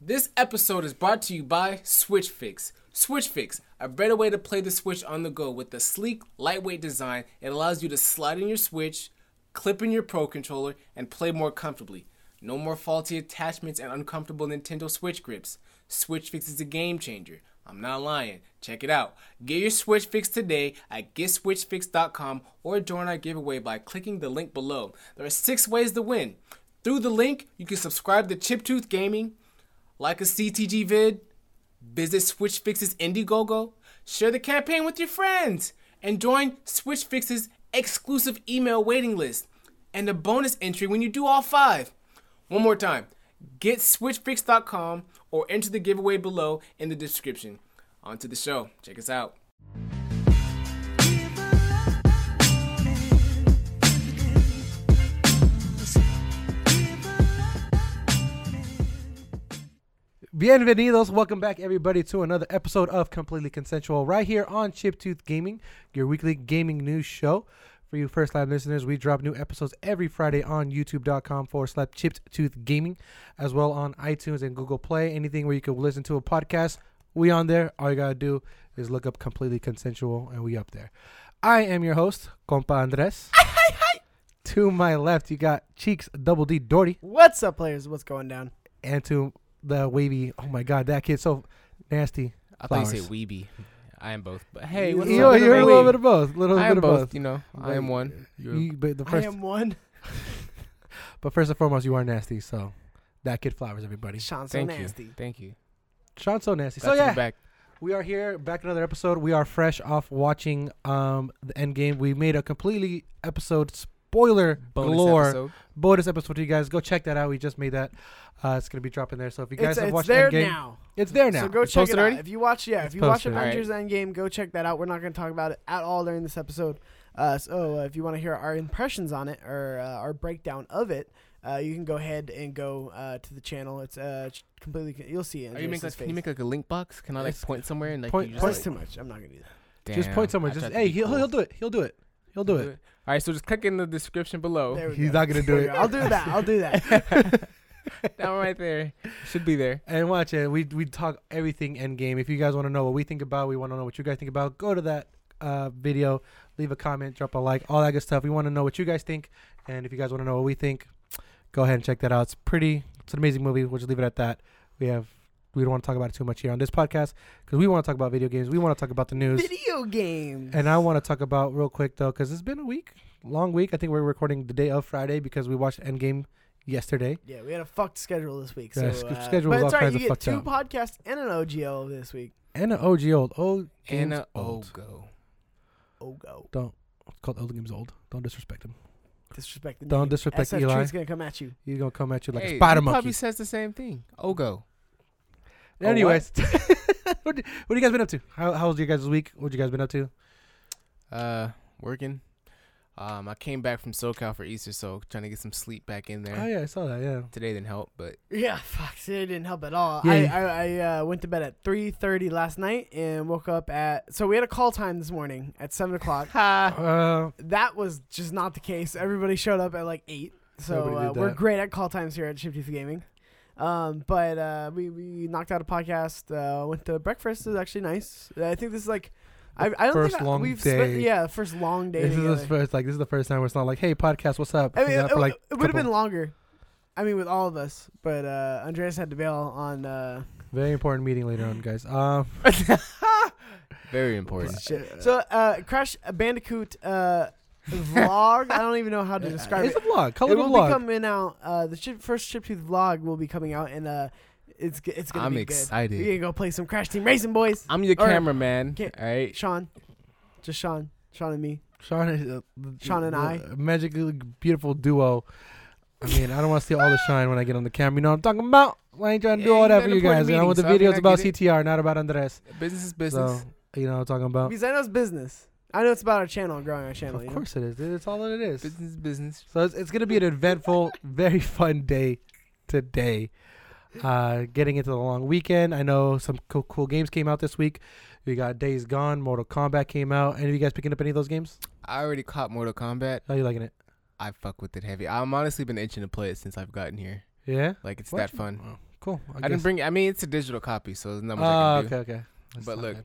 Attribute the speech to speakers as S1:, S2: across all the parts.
S1: This episode is brought to you by Switch Fix. Switch Fix, a better way to play the Switch on the go with a sleek, lightweight design. It allows you to slide in your Switch, clip in your Pro controller, and play more comfortably. No more faulty attachments and uncomfortable Nintendo Switch grips. Switch Fix is a game changer. I'm not lying. Check it out. Get your Switch Fix today at getswitchfix.com or join our giveaway by clicking the link below. There are six ways to win. Through the link, you can subscribe to Chiptooth Gaming, like a CTG vid, visit Switch Fix's Indiegogo, share the campaign with your friends, and join Switch Fix's exclusive email waiting list and a bonus entry when you do all five. One more time get switchfix.com or enter the giveaway below in the description. On to the show. Check us out.
S2: Bienvenidos. Welcome back, everybody, to another episode of Completely Consensual right here on Chiptooth Gaming, your weekly gaming news show. For you first time listeners, we drop new episodes every Friday on youtube.com forward slash chiptooth gaming, as well on iTunes and Google Play. Anything where you can listen to a podcast, we on there. All you gotta do is look up completely consensual and we up there. I am your host, compa Andres. to my left, you got Cheeks Double D Doherty.
S3: What's up, players? What's going down?
S2: and to the wavy. Oh my god, that kid's so nasty.
S1: I thought
S2: thought you
S1: you
S2: Flowers.
S1: said
S2: said
S1: weeby. I am both. But hey,
S2: You-
S1: what's
S2: you're,
S1: up?
S2: you're a little bit of both. Little
S1: I
S2: bit
S1: am
S2: of
S1: both,
S2: both.
S1: You know, I am one. You're
S2: You- but, the
S3: I
S2: first,
S3: am one.
S2: but first and foremost, you are nasty. So that kid flowers everybody.
S3: Sean's so
S1: Thank
S3: nasty.
S1: you. Thank you.
S2: Sean's so nasty.
S1: Back to
S2: so
S1: the
S2: yeah,
S1: back.
S2: we are here back another episode. We are fresh off watching um the end game. We made a completely episode spoiler
S1: Bonus
S2: galore
S1: episode.
S2: bonus episode for you guys. Go check that out. We just made that. Uh, it's gonna be dropping there. So if you guys
S3: It's,
S2: have
S3: it's
S2: watched
S3: there
S2: Endgame,
S3: now.
S2: it's there now.
S3: So go
S1: It's
S3: check
S1: posted
S3: it out.
S1: already?
S3: If you watch, yeah,
S2: It's
S3: if you watch
S2: posted.
S3: Avengers Endgame, go check that out. We're not going to talk about it at all during this episode. Uh, so uh, if you want to hear our impressions on it or uh, our breakdown of it, uh, you can go ahead and go uh, to the channel. It's uh, ch- completely. You'll see it.
S1: Are you make like, can you make like a link box? Can I like
S2: It's-
S1: point somewhere and like
S2: point-
S1: you
S3: That's
S1: just,
S3: too
S1: like,
S3: much. I'm not going to do that.
S2: just
S1: Damn,
S2: point somewhere.
S1: I
S2: Just
S1: tried to
S2: hey,
S1: be
S2: he'll,
S1: cool.
S2: he'll do it. He'll do it. He'll do it.
S1: All right, so just click in the description below.
S3: There we
S2: Oh, He's
S3: go.
S2: not gonna do
S3: There we
S2: it.
S3: go. I'll do that. I'll do that.
S1: that one right there should be there.
S2: And watch it. We we talk everything Endgame. If you guys want to know what we think about, we want to know what you guys think about. Go to that uh, video, leave a comment, drop a like, all that good stuff. We want to know what you guys think, and if you guys want to know what we think, go ahead and check that out. It's pretty. It's an amazing movie. We'll just leave it at that. We have. We don't want to talk about it too much here on this podcast because we want to talk about video games. We want to talk about the news,
S3: Video games.
S2: and I want to talk about real quick though because it's been a week, long week. I think we're recording the day of Friday because we watched Endgame yesterday.
S3: Yeah, we had a fucked schedule this week. So,
S2: Yeah, sch-
S3: uh,
S2: schedule
S3: but
S2: was
S3: it's
S2: all
S3: alright,
S2: kinds
S3: You
S2: of
S3: get
S2: fucked
S3: two podcasts and an OGO this week.
S2: And an OG old, old games
S1: Anna
S2: old.
S1: Ogo.
S3: OGO.
S2: Don't. It's called Elden Game's old. Don't disrespect him.
S3: Disrespect the
S2: Don't
S3: name.
S2: disrespect
S3: SF
S2: Eli.
S3: Truth's gonna come at you.
S2: He's gonna come at you like
S1: Hey,
S2: a spider
S1: he
S2: monkey.
S1: Probably says the same thing. Ogo. A
S2: Anyways, what, do- what you guys been up to? How how was your guys' week? What you guys been up to?
S1: Uh, working. Um, I came back from SoCal for Easter, so trying to get some sleep back in there.
S2: Oh yeah, I saw that. Yeah.
S1: Today didn't help, but
S3: Yeah, fuck. see, It didn't help at all.
S2: Yeah,
S3: I,
S2: yeah.
S3: I, I uh, went to bed at three thirty last night and woke up at. So we had a call time this morning at seven o'clock.
S2: Uh,
S3: that was just not the case. Everybody showed up at like eight. So
S2: Nobody
S3: uh,
S2: did
S3: we're
S2: that.
S3: great at call times here at Shift Teeth Gaming. Um, but uh, we, we knocked out a podcast. Uh, went to breakfast. It was actually nice. I think this is like. I, I don't
S2: first
S3: think I-
S2: long
S3: we've
S2: day.
S3: Spent, yeah, first long day.
S2: this is
S3: together.
S2: his first like this is the first time where it's not like, hey, podcast, what's up?
S3: I mean,
S2: Not
S3: it,
S2: for, like,
S3: would have
S2: couple-
S3: been longer. I mean, with all of us, but uh, Andreas had to bail on uh,
S2: very important meeting later on, guys. Um,
S1: very important.
S3: shit. So, uh, Crash Bandicoot uh, vlog. I don't even know how to describe
S2: it's
S3: it.
S2: a vlog.
S1: Oh,
S2: Call
S3: It
S2: it a
S3: will
S2: vlog.
S3: be coming out. Uh, the chip, first Chiptooth vlog will be coming out, and uh, it's g- it's gonna
S1: I'm
S3: be
S1: excited.
S3: good. We're gonna go play some Crash Team Racing, boys.
S1: I'm your
S3: All right.
S1: cameraman.
S3: Okay.
S1: All right.
S3: Sean, just Sean, Sean and me.
S2: Sean, is, uh,
S3: Sean and
S2: the
S3: I.
S2: magically beautiful duo. I mean, I don't want to steal all the shine when I get on the camera. You know what I'm talking about? I ain't trying to do
S1: Yeah,
S2: all
S1: you
S2: that
S1: had
S2: for
S1: an
S2: you guys.
S1: important
S2: And I
S1: meeting,
S2: want the
S1: so I mean,
S2: videos
S1: I
S2: about
S1: get it.
S2: CTR, not about Andres.
S1: Business is business.
S2: So you know what I'm talking
S1: Oh.
S2: about.
S3: Because I know it's business. I know it's about our channel, and growing our channel.
S2: Of
S3: you know?
S2: course it is. dude. It's all that it is.
S1: business is business.
S2: So it's, it's going to be an eventful, very fun day today. Uh, getting into the long weekend. I know some cool, cool games came out this week. We got Days Gone, Mortal Kombat came out. Any of you guys picking up any of those games?
S1: I already caught Mortal Kombat.
S2: How you liking it?
S1: I fuck with it heavy. I'm honestly been itching to play it since I've gotten here.
S2: Yeah?
S1: Like it's
S2: What?
S1: that fun.
S2: Wow. cool.
S1: I, didn't
S2: guess-
S1: bring. I mean, it's a digital copy, so there's not much
S2: Oh,
S1: I can do.
S2: okay, okay. That's
S1: But
S2: not
S1: look,
S2: bad.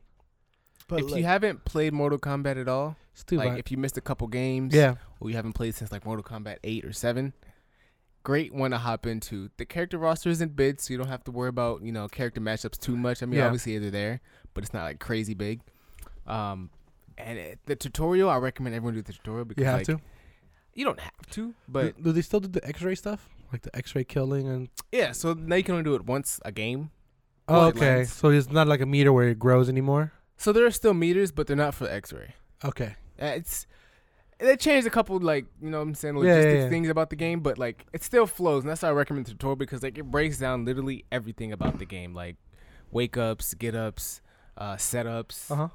S3: But
S1: if
S3: look,
S1: you haven't played Mortal Kombat at all,
S2: it's too
S1: like
S2: violent.
S1: if you missed a couple games,
S2: Yeah,
S1: or you haven't played since like Mortal Kombat eight or seven, great one to hop into. The character roster isn't big, so you don't have to worry about you know character matchups too much. I mean,
S2: Yeah.
S1: obviously they're there, but it's not like crazy big. Um, and it, the tutorial, I recommend everyone do the tutorial because
S2: you have
S1: like,
S2: to.
S1: You don't have to,
S2: But
S1: but
S2: do, do they still do the X-ray stuff, like the X-ray killing and?
S1: yeah. So now you can only do it once a game.
S2: Oh,
S1: Well, it
S2: okay.
S1: lands.
S2: So it's not like a meter where it grows anymore.
S1: So there are still meters, but they're not for X-ray.
S2: Okay.
S1: Uh, It's they changed a couple like you know what I'm saying
S2: Yeah, yeah,
S1: logistics
S2: yeah.
S1: things about the game, but like it still flows, and that's why I recommend the tutorial because like it breaks down literally everything about the game, like wake ups, get ups, uh, setups,
S2: Uh huh.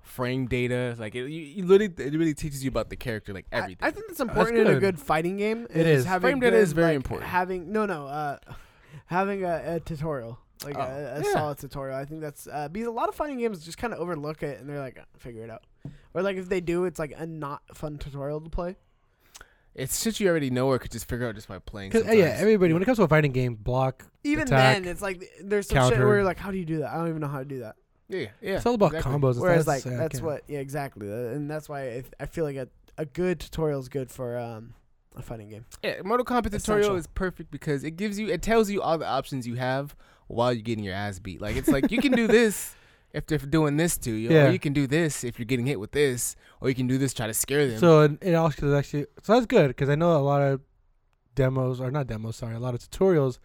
S1: frame data. Like it, you, you literally it really teaches you about the character, like
S3: I,
S1: everything.
S3: I think that's important in a
S2: good.
S3: good fighting game.
S2: It is.
S3: having
S1: Frame data is very
S3: like,
S1: important.
S3: Having no, no, uh, having a, a tutorial. Like
S1: Oh,
S3: a, a
S1: yeah.
S3: solid tutorial, I think that's uh, because a lot of fighting games just kind of overlook it and they're like, figure it out, or like if they do, it's like a not fun tutorial to play.
S1: it's shit you already know or could just figure out just by playing.
S2: Cause, uh, yeah,
S1: sometimes.
S2: everybody. When it comes to a fighting game, block.
S3: Even
S2: attack,
S3: then, it's like th- there's some shit
S2: counter.
S3: where you're like, how do you do that? I don't even know how to do that.
S1: yeah, yeah.
S2: it's all about
S1: exactly.
S2: combos. and
S3: Whereas
S2: stuff.
S3: like
S2: yeah, I
S3: that's
S2: can't-
S3: what yeah exactly, Uh, and that's why I, I feel like a a good tutorial is good for um a fighting game.
S1: Yeah, Mortal Kombat tutorial
S3: Essential.
S1: is perfect because it gives you, it tells you all the options you have while you're getting your ass beat. Like it's like you can do this if they're doing this to you,
S2: Yeah.
S1: or you can do this if you're getting hit with this, or you can do this try to scare them.
S2: So it, it also actually so that's good because I know a lot of demos or not demos, sorry, a lot of tutorials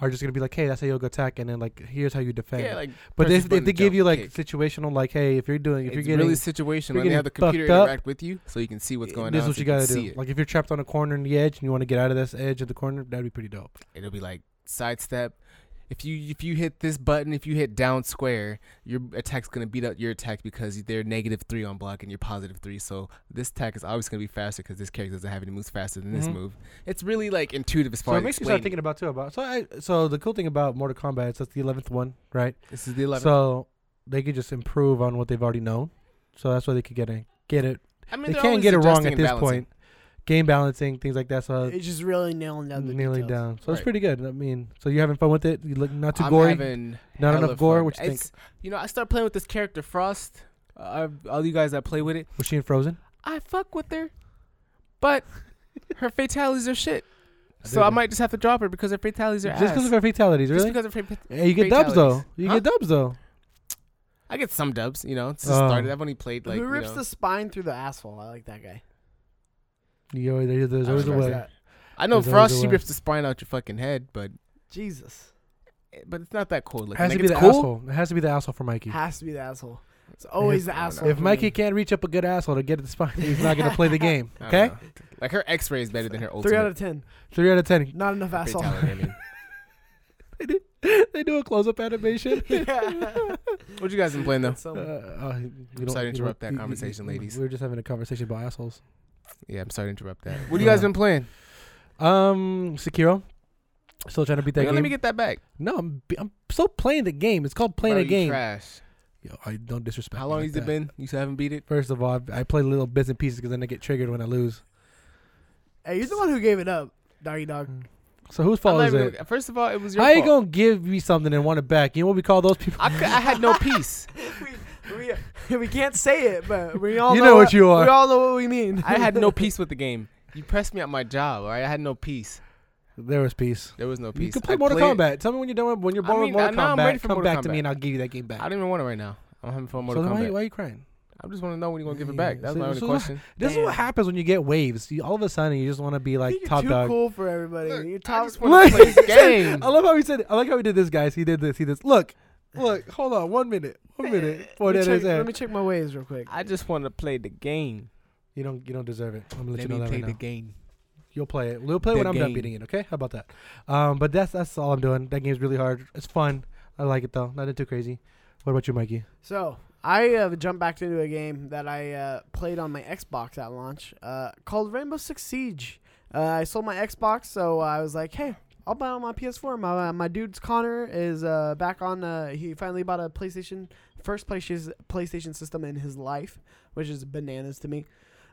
S2: are just gonna be like, hey, that's how you go attack, and then like here's how you defend.
S1: yeah, like press
S2: but if,
S1: this
S2: if
S1: button
S2: they
S1: to
S2: give
S1: jump,
S2: you like
S1: kick.
S2: situational, like, hey, if you're doing, if
S1: it's
S2: you're getting,
S1: really situational, and
S2: getting
S1: they have the
S2: fucked
S1: computer
S2: up, eh,
S1: interact with you so you can see what's going
S2: this
S1: on.
S2: is what
S1: so
S2: you
S1: can
S2: gotta
S1: see
S2: do.
S1: It.
S2: Like if you're trapped on a corner in the edge and you want to get out of this edge of the corner, that'd be pretty dope.
S1: It'll be like sidestep. If you if you hit this button, if you hit down square, your attack's gonna beat up your attack because they're negative three on block and you're positive three. So this attack is always gonna be faster because this character doesn't have any moves faster than this
S2: Mhm.
S1: move. It's really like intuitive as
S2: So
S1: far
S2: it
S1: as
S2: makes me start
S1: explaining.
S2: thinking about too about so I so the cool thing about Mortal Kombat is that's the eleventh one, right?
S1: This is the eleven.
S2: So they could just improve on what they've already known. So that's why they could get it get it.
S1: I mean,
S2: They
S1: they're
S2: can't
S1: always
S2: get it wrong
S1: adjusting
S2: at
S1: and
S2: this
S1: balancing.
S2: point. Game balancing, things like that. So
S3: It's just really nailing down the
S2: Uh, kneeling
S3: details.
S2: down. So it's
S1: Right.
S2: pretty good. I mean, so you're having fun with it. You look not too
S1: I'm
S2: gory.
S1: having
S2: Not
S1: hella
S2: enough gore.
S1: fun.
S2: What you think?
S1: It's- You know, I start playing with this character Frost. Uh, I- all you guys that play with it,
S2: Was she in Frozen?
S1: I fuck with her, but her fatalities are shit.
S2: I
S1: So I
S2: dig it.
S1: might just have to drop her because her fatalities are
S2: Just
S1: ass.
S2: because of her fatalities,
S1: Just
S2: really?
S1: because of her fa-
S2: Hey, you get dubs though.
S1: fatalities.
S2: You
S1: Huh?
S2: get dubs though.
S1: I get some dubs, you know. It's just
S2: Oh.
S1: started. I've only played like
S3: Who
S1: you
S3: rips
S1: know.
S3: the spine through the asshole? I like that guy.
S2: You always- there- there's always a
S1: remember
S2: way.
S1: that. I know
S2: There's always
S1: Frost.
S2: a
S1: She
S2: way.
S1: rips the spine out your fucking head, but
S3: Jesus.
S1: but it's not that cool.
S2: It
S1: Looking.
S2: has
S1: like,
S2: to be
S1: it's
S2: the
S1: cool.
S2: asshole. It has to be the asshole for Mikey.
S3: Has to be the asshole. It's always
S1: Oh,
S2: If-
S3: the asshole.
S2: If
S3: for
S2: Mikey
S3: me.
S2: can't reach up a good asshole to get at the spine, he's not gonna play the game.
S1: I don't
S2: Okay,
S1: know. Like her X-ray is better than her ultimate.
S3: Three out of ten.
S2: three out of ten.
S3: Not enough asshole.
S1: fatality, I mean.
S2: They do a close-up animation.
S3: yeah.
S1: What you guys been playing though?
S3: That's so-
S2: Uh, uh, you
S1: sorry
S2: don't-
S1: to
S2: you don't-
S1: interrupt that
S2: you- you-
S1: conversation,
S2: you-
S1: ladies.
S2: We were just having a conversation about assholes.
S1: Yeah, I'm sorry to interrupt that. What you guys
S2: Uh,
S1: been playing?
S2: Um, Sekiro, still trying to beat that
S1: Hang on,
S2: game.
S1: let me get that back.
S2: No, I'm, b- I'm still playing the game. It's called playing
S1: Bro,
S2: a
S1: you
S2: game.
S1: Trash.
S2: Yo, I don't disrespect.
S1: How
S2: me
S1: long
S2: like
S1: has
S2: that.
S1: it been? You still haven't beat it.
S2: First of all, I've- I play little bits and pieces because then I get triggered when I lose.
S3: hey, you're the one who gave it up, doggy dog.
S2: So whose fault
S1: I'm
S2: is
S1: not even
S2: it?
S1: gonna- First of all, it was your
S2: How you
S1: fault.
S2: gonna give me something and want it back? You know what we call those people?
S1: I, cou- I had no peace.
S3: we, we, we can't say it, but we all
S2: You know what you are.
S3: We all know what we mean.
S1: I had no peace with the game. You pressed me at my job. All right, I had no peace.
S2: There was peace.
S1: There was no peace.
S2: You can play
S1: I
S2: Mortal
S1: played it.
S2: Kombat. Tell me when you're done. with- When you're
S1: I
S2: bored
S1: mean,
S2: with Mortal
S1: now I'm ready
S2: Kombat,
S1: for
S2: come
S1: Mortal
S2: back to me
S1: Kombat.
S2: and I'll give you that game back.
S1: I don't even want it right now. I'm having fun with
S2: so
S1: Mortal
S2: then why,
S1: Kombat.
S2: why are you crying?
S1: I just want to know when you gonna give it
S2: Yeah,
S1: back. That's
S2: so-
S1: my only
S2: so-
S1: question.
S2: This is what
S3: Damn.
S2: happens when you get waves. You, all of a sudden, you just want to be like
S3: you're
S2: top
S3: too
S2: dog.
S3: cool for everybody. you're
S1: I
S3: top.
S1: just want to play this
S2: I
S1: game.
S2: love how he said. I like how he did this, guys. He did this. He did this. Look, look. Hold on. One minute. One minute. Boy,
S3: let, me
S2: that
S3: check,
S2: is
S3: let me
S2: it.
S3: check my ways real quick.
S1: I just want to play the game.
S2: You don't. You don't deserve it. I'm gonna let,
S1: Let
S2: you know
S1: me
S2: that
S1: play
S2: right
S1: the
S2: now.
S1: game.
S2: You'll play it. We'll play
S1: The
S2: when I'm done
S1: game.
S2: beating it. Okay. How about that? Um, but that's that's all I'm doing. That game's really hard. It's fun. I like it though. Nothing too crazy. What about you, Mikey?
S3: So I have jumped back into a game that I uh, played on my Xbox at launch uh, called Rainbow Six Siege. Uh, I sold my Xbox, so I was like, hey, I'll buy it on my PS4. My, uh, my dude's Connor is uh, back on. Uh, he finally bought a PlayStation, first PlayStation PlayStation system in his life, which is bananas to me.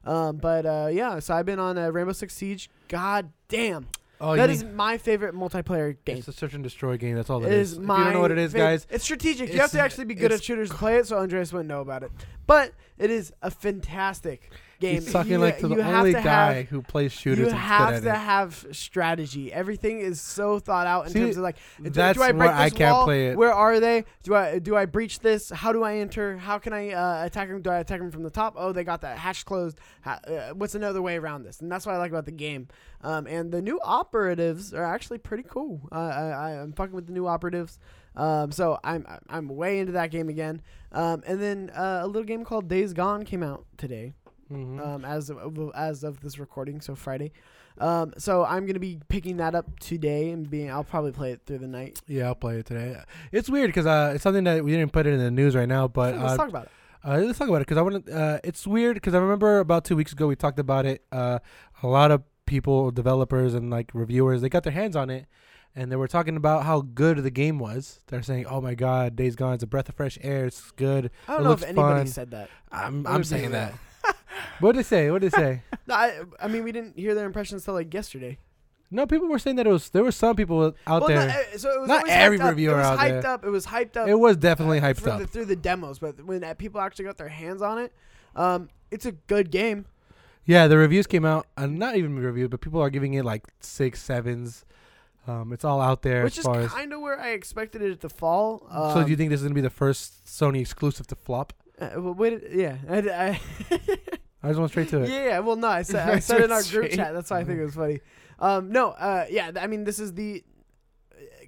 S3: Um, but uh, yeah, so I've been on uh, Rainbow Six Siege. God damn.
S2: Oh,
S3: That
S2: you
S3: is
S2: mean-
S3: my favorite multiplayer game.
S2: It's a search and destroy game. That's all that
S3: It
S2: is.
S3: is
S2: If
S3: my.
S2: you don't know what it is,
S3: fav-
S2: guys,
S3: It's strategic. you
S2: it's-
S3: have to actually be good
S2: it's-
S3: at shooters to play it. So Andreas wouldn't know about it, but it is a fantastic game.
S2: he's talking
S3: You-
S2: like to
S3: you
S2: the
S3: have
S2: only
S3: to
S2: guy
S3: have-
S2: who plays shooters
S3: you
S2: and
S3: have
S2: good
S3: to
S2: at
S3: have strategy. Everything is so thought out in
S2: See,
S3: terms of like, do-
S2: that's
S3: do I break
S2: where I
S3: this
S2: can't
S3: wall?
S2: play it.
S3: Where are they? Do I do I breach this? How do I enter? How can I uh, attack them? Do I attack them from the top? Oh, they got that hatch closed. Ha uh, what's another way around this? And that's what I like about the game. Um, and the new operatives are actually pretty cool. Uh, I, I, I'm fucking with the new operatives. Um, so I'm I'm way into that game again. Um, and then uh, a little game called Days Gone came out today
S2: it. Mhm.
S3: um, as of, as of this recording, so Friday. Um, so I'm gonna be picking that up today and being. I'll probably play it through the night.
S2: Yeah, I'll play it today. It's weird because uh, it's something that we didn't put it in the news right now, but
S3: Let's
S2: uh,
S3: talk about it.
S2: Uh, let's talk about it because I want to. Uh, it's weird because I remember about two weeks ago we talked about it. Uh, a lot of people, developers and like reviewers, they got their hands on it, and they were talking about how good the game was. They're saying, "Oh my God, Days Gone is a breath of fresh air. It's good."
S3: I don't
S2: it
S3: know if
S2: looks
S3: anybody
S2: fun.
S3: said that.
S2: I'm,
S3: Other
S2: I'm saying
S3: people
S2: that. what did they say? What did they say?
S3: No, I, I mean, we didn't hear their impressions till like yesterday.
S2: No, people were saying that it was. There were some people out
S3: well,
S2: there.
S3: Not, uh, so it was
S2: Not
S3: always
S2: every
S3: hyped up.
S2: reviewer
S3: it was
S2: out
S3: hyped
S2: there.
S3: up. It was hyped up.
S2: it was definitely hyped
S3: through
S2: up.
S3: The, through the demos, but when uh, people actually got their hands on it, um, it's a good game.
S2: Yeah, the reviews came out. Uh, not even reviews, but people are giving it like six sevens. Um, it's all out there
S3: Which
S2: as
S3: is
S2: far as.
S3: kind of where I expected it to fall. Um,
S2: so do you think this is gonna be the first Sony exclusive to flop?
S3: uh, w- wait, yeah, I, I,
S2: I just went straight to it.
S3: Yeah, yeah. Well, no, I said, I
S4: That's
S3: said it in
S4: what
S3: our group
S4: she-
S3: chat. That's why I think it was funny. Um, no, uh, yeah. th- I mean, this is the eh,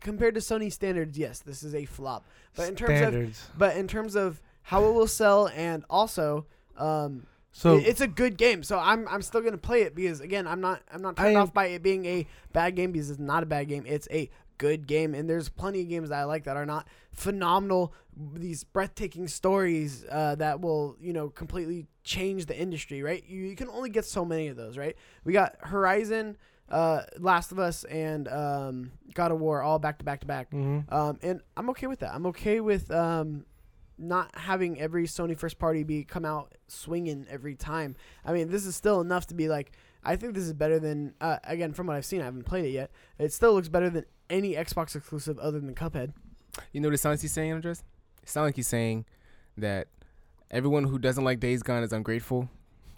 S3: compared to Sony standards. Yes, this is a flop. But in terms
S2: Standards.
S3: of but in terms of how it will sell, and also, um,
S2: so
S3: it- it's a good game. So I'm I'm still gonna play it because again, I'm not I'm not
S2: I
S3: turned
S2: am-
S3: off by it being a bad game because it's not a bad game. It's a good game, and there's plenty of games that I like that are not phenomenal. These breathtaking stories uh, that will you know completely change the industry. Right? You, you can only get so many of those. Right? We got Horizon. Uh, Last of Us and um, God of War all back to back to back,
S2: Mhm.
S3: um, and I'm okay with that. I'm okay with um, not having every Sony first party be come out swinging every time. I mean, this is still enough to be like, I think this is better than uh, again from what I've seen. I haven't played it yet. It still looks better than any Xbox exclusive other than Cuphead.
S4: You know what it sounds like he's saying, Andres? It sounds like he's saying that everyone who doesn't like Days Gone is ungrateful.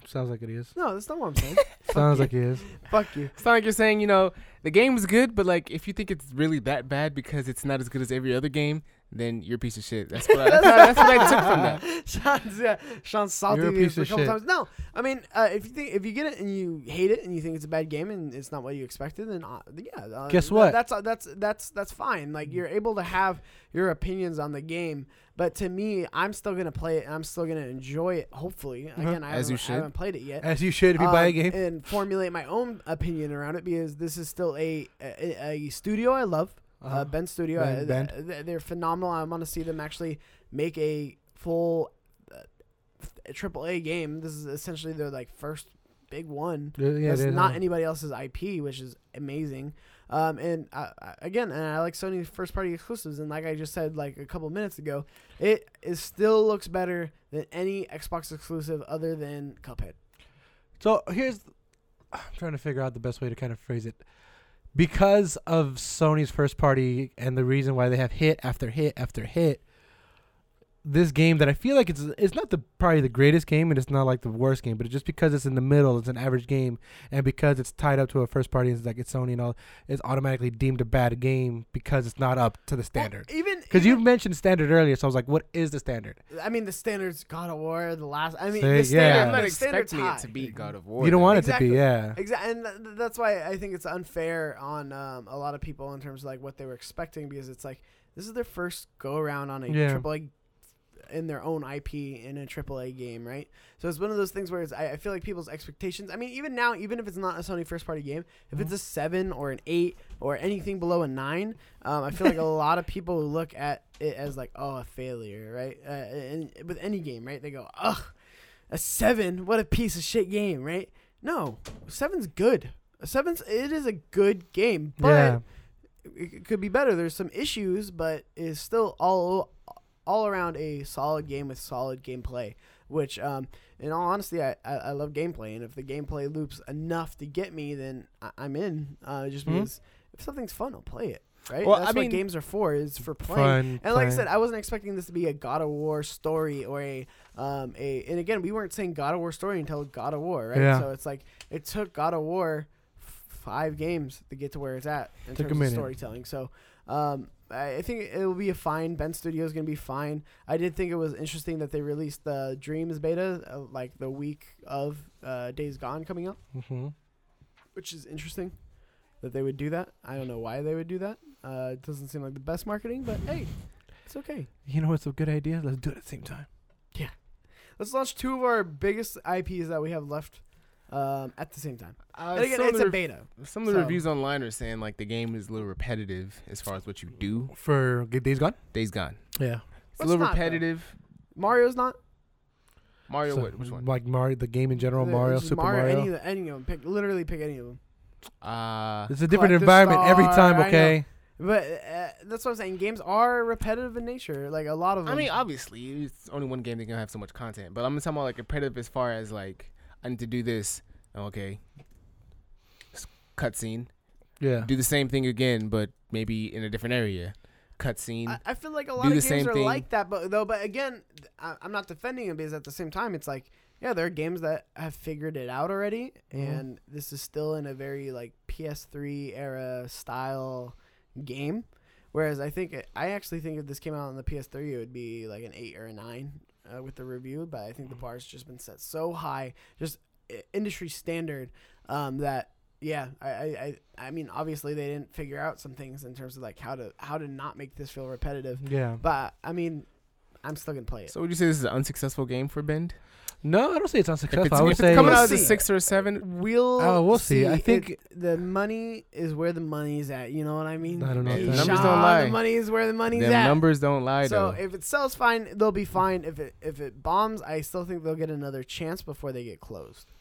S2: sounds like it is.
S3: No, that's not what I'm saying.
S2: Sounds like it is.
S3: Fuck you.
S4: It's not like you're saying, you know, the game was good, but like if you think it's really that bad because it's not as good as every other game, then you're a piece of shit. That's what I, that's, what I- that's what I took from that.
S3: Sean's, yeah, Sean's salty
S2: You're a
S3: me
S2: piece
S3: for
S2: of
S3: couple
S2: shit.
S3: times. No, I mean, uh, if you think if you get it and you hate it and you think it's a bad game and it's not what you expected, then uh, yeah, uh,
S2: Guess
S3: th-
S2: what?
S3: That's uh, that's that's that's fine. Like you're able to have your opinions on the game, but to me, I'm still gonna play it and I'm still gonna enjoy it. Hopefully,
S2: Mm-hmm.
S3: again, I,
S4: As you
S3: haven't,
S4: should.
S3: I haven't played it yet
S2: As you should if you buy a
S3: um,
S2: game.
S3: and formulate my own opinion around it because this is still a a, a studio I love. uh
S2: Uh-huh.
S3: ben Studio,
S2: Ben-
S3: uh, th-
S2: Ben.
S3: th- they're phenomenal. I want to see them actually make a full uh, f- triple A game. This is essentially their like first big one.
S2: Yeah, yeah,
S3: That's
S2: it is,
S3: not
S2: huh?
S3: anybody else's IP, which is amazing. Um, and I, I- again, and I like Sony first party exclusives. And like I just said, like a couple minutes ago, it is still looks better than any Xbox exclusive other than Cuphead.
S2: So here's, I'm trying to figure out the best way to kind of phrase it. Because of Sony's first party and the reason why they have hit after hit after hit, this game that I feel like it's it's not the probably the greatest game and it's not like the worst game, but just because it's in the middle, it's an average game, and because it's tied up to a first party, it's like it's Sony and all, it's automatically deemed a bad game because it's not up to the standard.
S3: Well, even
S2: Because you
S3: even-
S2: mentioned standard earlier, so I was like, what is the standard?
S3: I mean, the standards God of War, the last. I mean,
S2: Say-
S3: the standard,
S2: yeah.
S4: I'm not
S3: the standards
S4: expecting
S3: high.
S4: it to be God of War.
S2: you don't want it to
S3: Exactly.
S2: be, yeah.
S3: Exactly, and th- th- that's why I think it's unfair on um, a lot of people in terms of like what they were expecting because it's like this is their first go around on a
S2: Yeah.
S3: triple A in their own IP in a triple A game, right? So it's one of those things where it's, I, I feel like people's expectations. I mean, even now, even if it's not a Sony first party game, if it's a seven or an eight or anything below a nine, um, I feel like a lot of people look at it as like, oh, a failure, right? Uh, and with any game, right? They go, ugh, a seven, what a piece of shit game, right? No, seven's good. A seven's it is a good game, but
S2: Yeah.
S3: it it could be better. There's some issues, but it's still all all around a solid game with solid gameplay, which um, in all honesty, I, I, I love gameplay, and if the gameplay loops enough to get me, then I, I'm in. Uh, just because if something's fun, I'll play it. Right?
S2: Mm-hmm. Well,
S3: That's
S2: I mean-
S3: what games are for is for playing.
S2: Fun,
S3: and like I
S2: playing.
S3: said, I wasn't expecting this to be a God of War story or a um a and again we weren't saying God of War story until God of War, right?
S2: Yeah.
S3: So it's like it took God of War f- five games to get to where it's at in
S2: Took a
S3: terms
S2: minute.
S3: of storytelling. So um I I think it will be a fine. Ben Studio is going to be fine. I did think it was interesting that they released the Dreams beta uh, like the week of uh, Days Gone coming up,
S2: Mm-hmm.
S3: which is interesting that they would do that. I don't know why they would do that. Uh, it doesn't seem like the best marketing, but hey, it's okay.
S2: You know what's a good idea? Let's do it at the same time.
S3: Let's launch two of our biggest IPs that we have left um, at the same time.
S4: Uh,
S3: And again,
S4: some, of
S3: it's
S4: the
S3: a
S4: rev-
S3: beta.
S4: some of the
S3: so-
S4: reviews online are saying like the game is a little repetitive as far as what you do.
S2: For Good Days Gone?
S4: Days Gone.
S2: Yeah.
S4: It's
S3: Well,
S4: a
S3: it's
S4: little
S3: not, though.
S4: repetitive.
S3: Mario's not
S4: Mario,
S2: So,
S4: what? Which one?
S2: Like Mario, the game in general,
S3: It's
S2: Mario,
S3: just
S2: Super Mario.
S3: Any of, the, any of them. Pick literally pick any of them.
S4: Uh,
S2: it's a different
S3: Collect the
S2: environment every
S3: star, I
S2: time,
S3: know.
S2: okay?
S3: But uh, that's what I'm saying. Games are repetitive in nature. Like a lot of them.
S4: I mean, obviously, it's only one game that can have so much content. But I'm talking about like repetitive as far as like I need to do this. Oh, Okay, S- cutscene.
S2: Yeah.
S4: Do the same thing again, but maybe in a different area. Cutscene.
S3: I, I feel like a lot
S4: do the
S3: of games
S4: same
S3: are
S4: thing.
S3: like that, but though, but again, th- I, I'm not defending them because at the same time, it's like, yeah, there are games that have figured it out already,
S4: Mm-hmm.
S3: and this is still in a very like PS3 era style game. Whereas I think I actually think if this came out on the PS3, it would be like an eight or a nine uh, with the review. But I think the bar's just been set so high, just i- industry standard, um, that yeah, I, I, I I mean, obviously they didn't figure out some things in terms of like how to how to not make this feel repetitive.
S2: Yeah.
S3: But I mean, I'm still gonna play it.
S4: So would you say this is an unsuccessful game for Bend?
S2: No, I don't say it's
S4: If
S2: unsuccessful.
S4: it's,
S2: I would
S4: if
S2: say
S4: it's coming out as a
S3: See.
S4: six or a seven,
S3: We'll
S2: Oh, we'll see. I think-
S3: It- the money is where the money's at. You know what I mean?
S2: I don't know.
S4: Hey,
S2: if
S4: numbers
S2: that's-
S4: don't
S3: Sean,
S4: lie.
S3: The money is where the money's
S4: then
S3: at.
S4: numbers don't lie
S3: so
S4: though.
S3: if it sells fine, they'll be fine. If it if it bombs, I still think they'll get another chance before they get closed.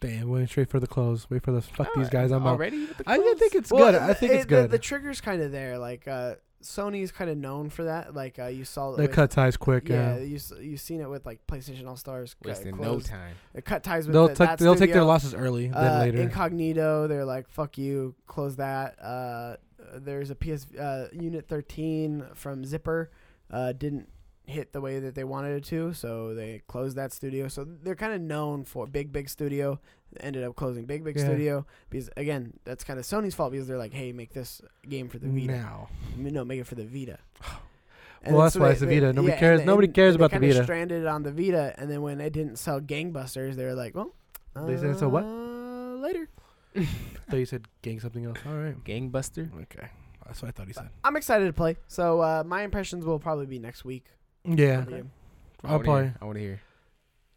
S2: Damn, went straight for the close. Wait for the fuck these
S4: Alright,
S2: guys. I'm out.
S4: already. with the
S2: Oh, I
S4: clothes?
S2: think it's
S3: Well,
S2: good. I think
S3: it-
S2: it's
S3: the-
S2: good.
S3: The, trigger's kind of there. Like uh, Sony's kind of known for that. Like uh, you saw
S2: they
S3: with-
S2: cut ties quick.
S3: Yeah,
S2: Yeah.
S3: you s- you seen it with like PlayStation All Stars.
S4: wasting no time.
S3: Cut ties with
S2: They'll
S3: the,
S2: take
S3: that
S2: they'll take their
S3: studio.
S2: losses early, then
S3: Uh,
S2: later.
S3: Incognito, they're like, fuck you, close that. Uh, there's a PS uh, Unit 13 from Zipper, uh, didn't hit the way that they wanted it to, so they closed that studio. So they're kind of known for Big Big Studio. Ended up closing Big Big
S2: Yeah.
S3: Studio because again, that's kind of Sony's fault because they're like, hey, make this game for the Vita.
S2: now.
S3: I mean, No, make it for the Vita.
S2: Well, that's why it's the Vita. Nobody cares- nobody cares about the
S3: kind
S2: Vita.
S3: Stranded it on the Vita, and then when it didn't sell gangbusters, they were like, "Well,
S2: They said, "So what?"
S3: uh, Later.
S2: So you said gang something else. All right.
S4: Gangbuster.
S2: Okay. That's what I thought he said.
S3: I'm excited to play. So uh, my impressions will probably be next week.
S2: Yeah.
S3: Okay.
S4: I wanna
S2: I'll
S4: hear-
S2: play.
S4: I want to hear.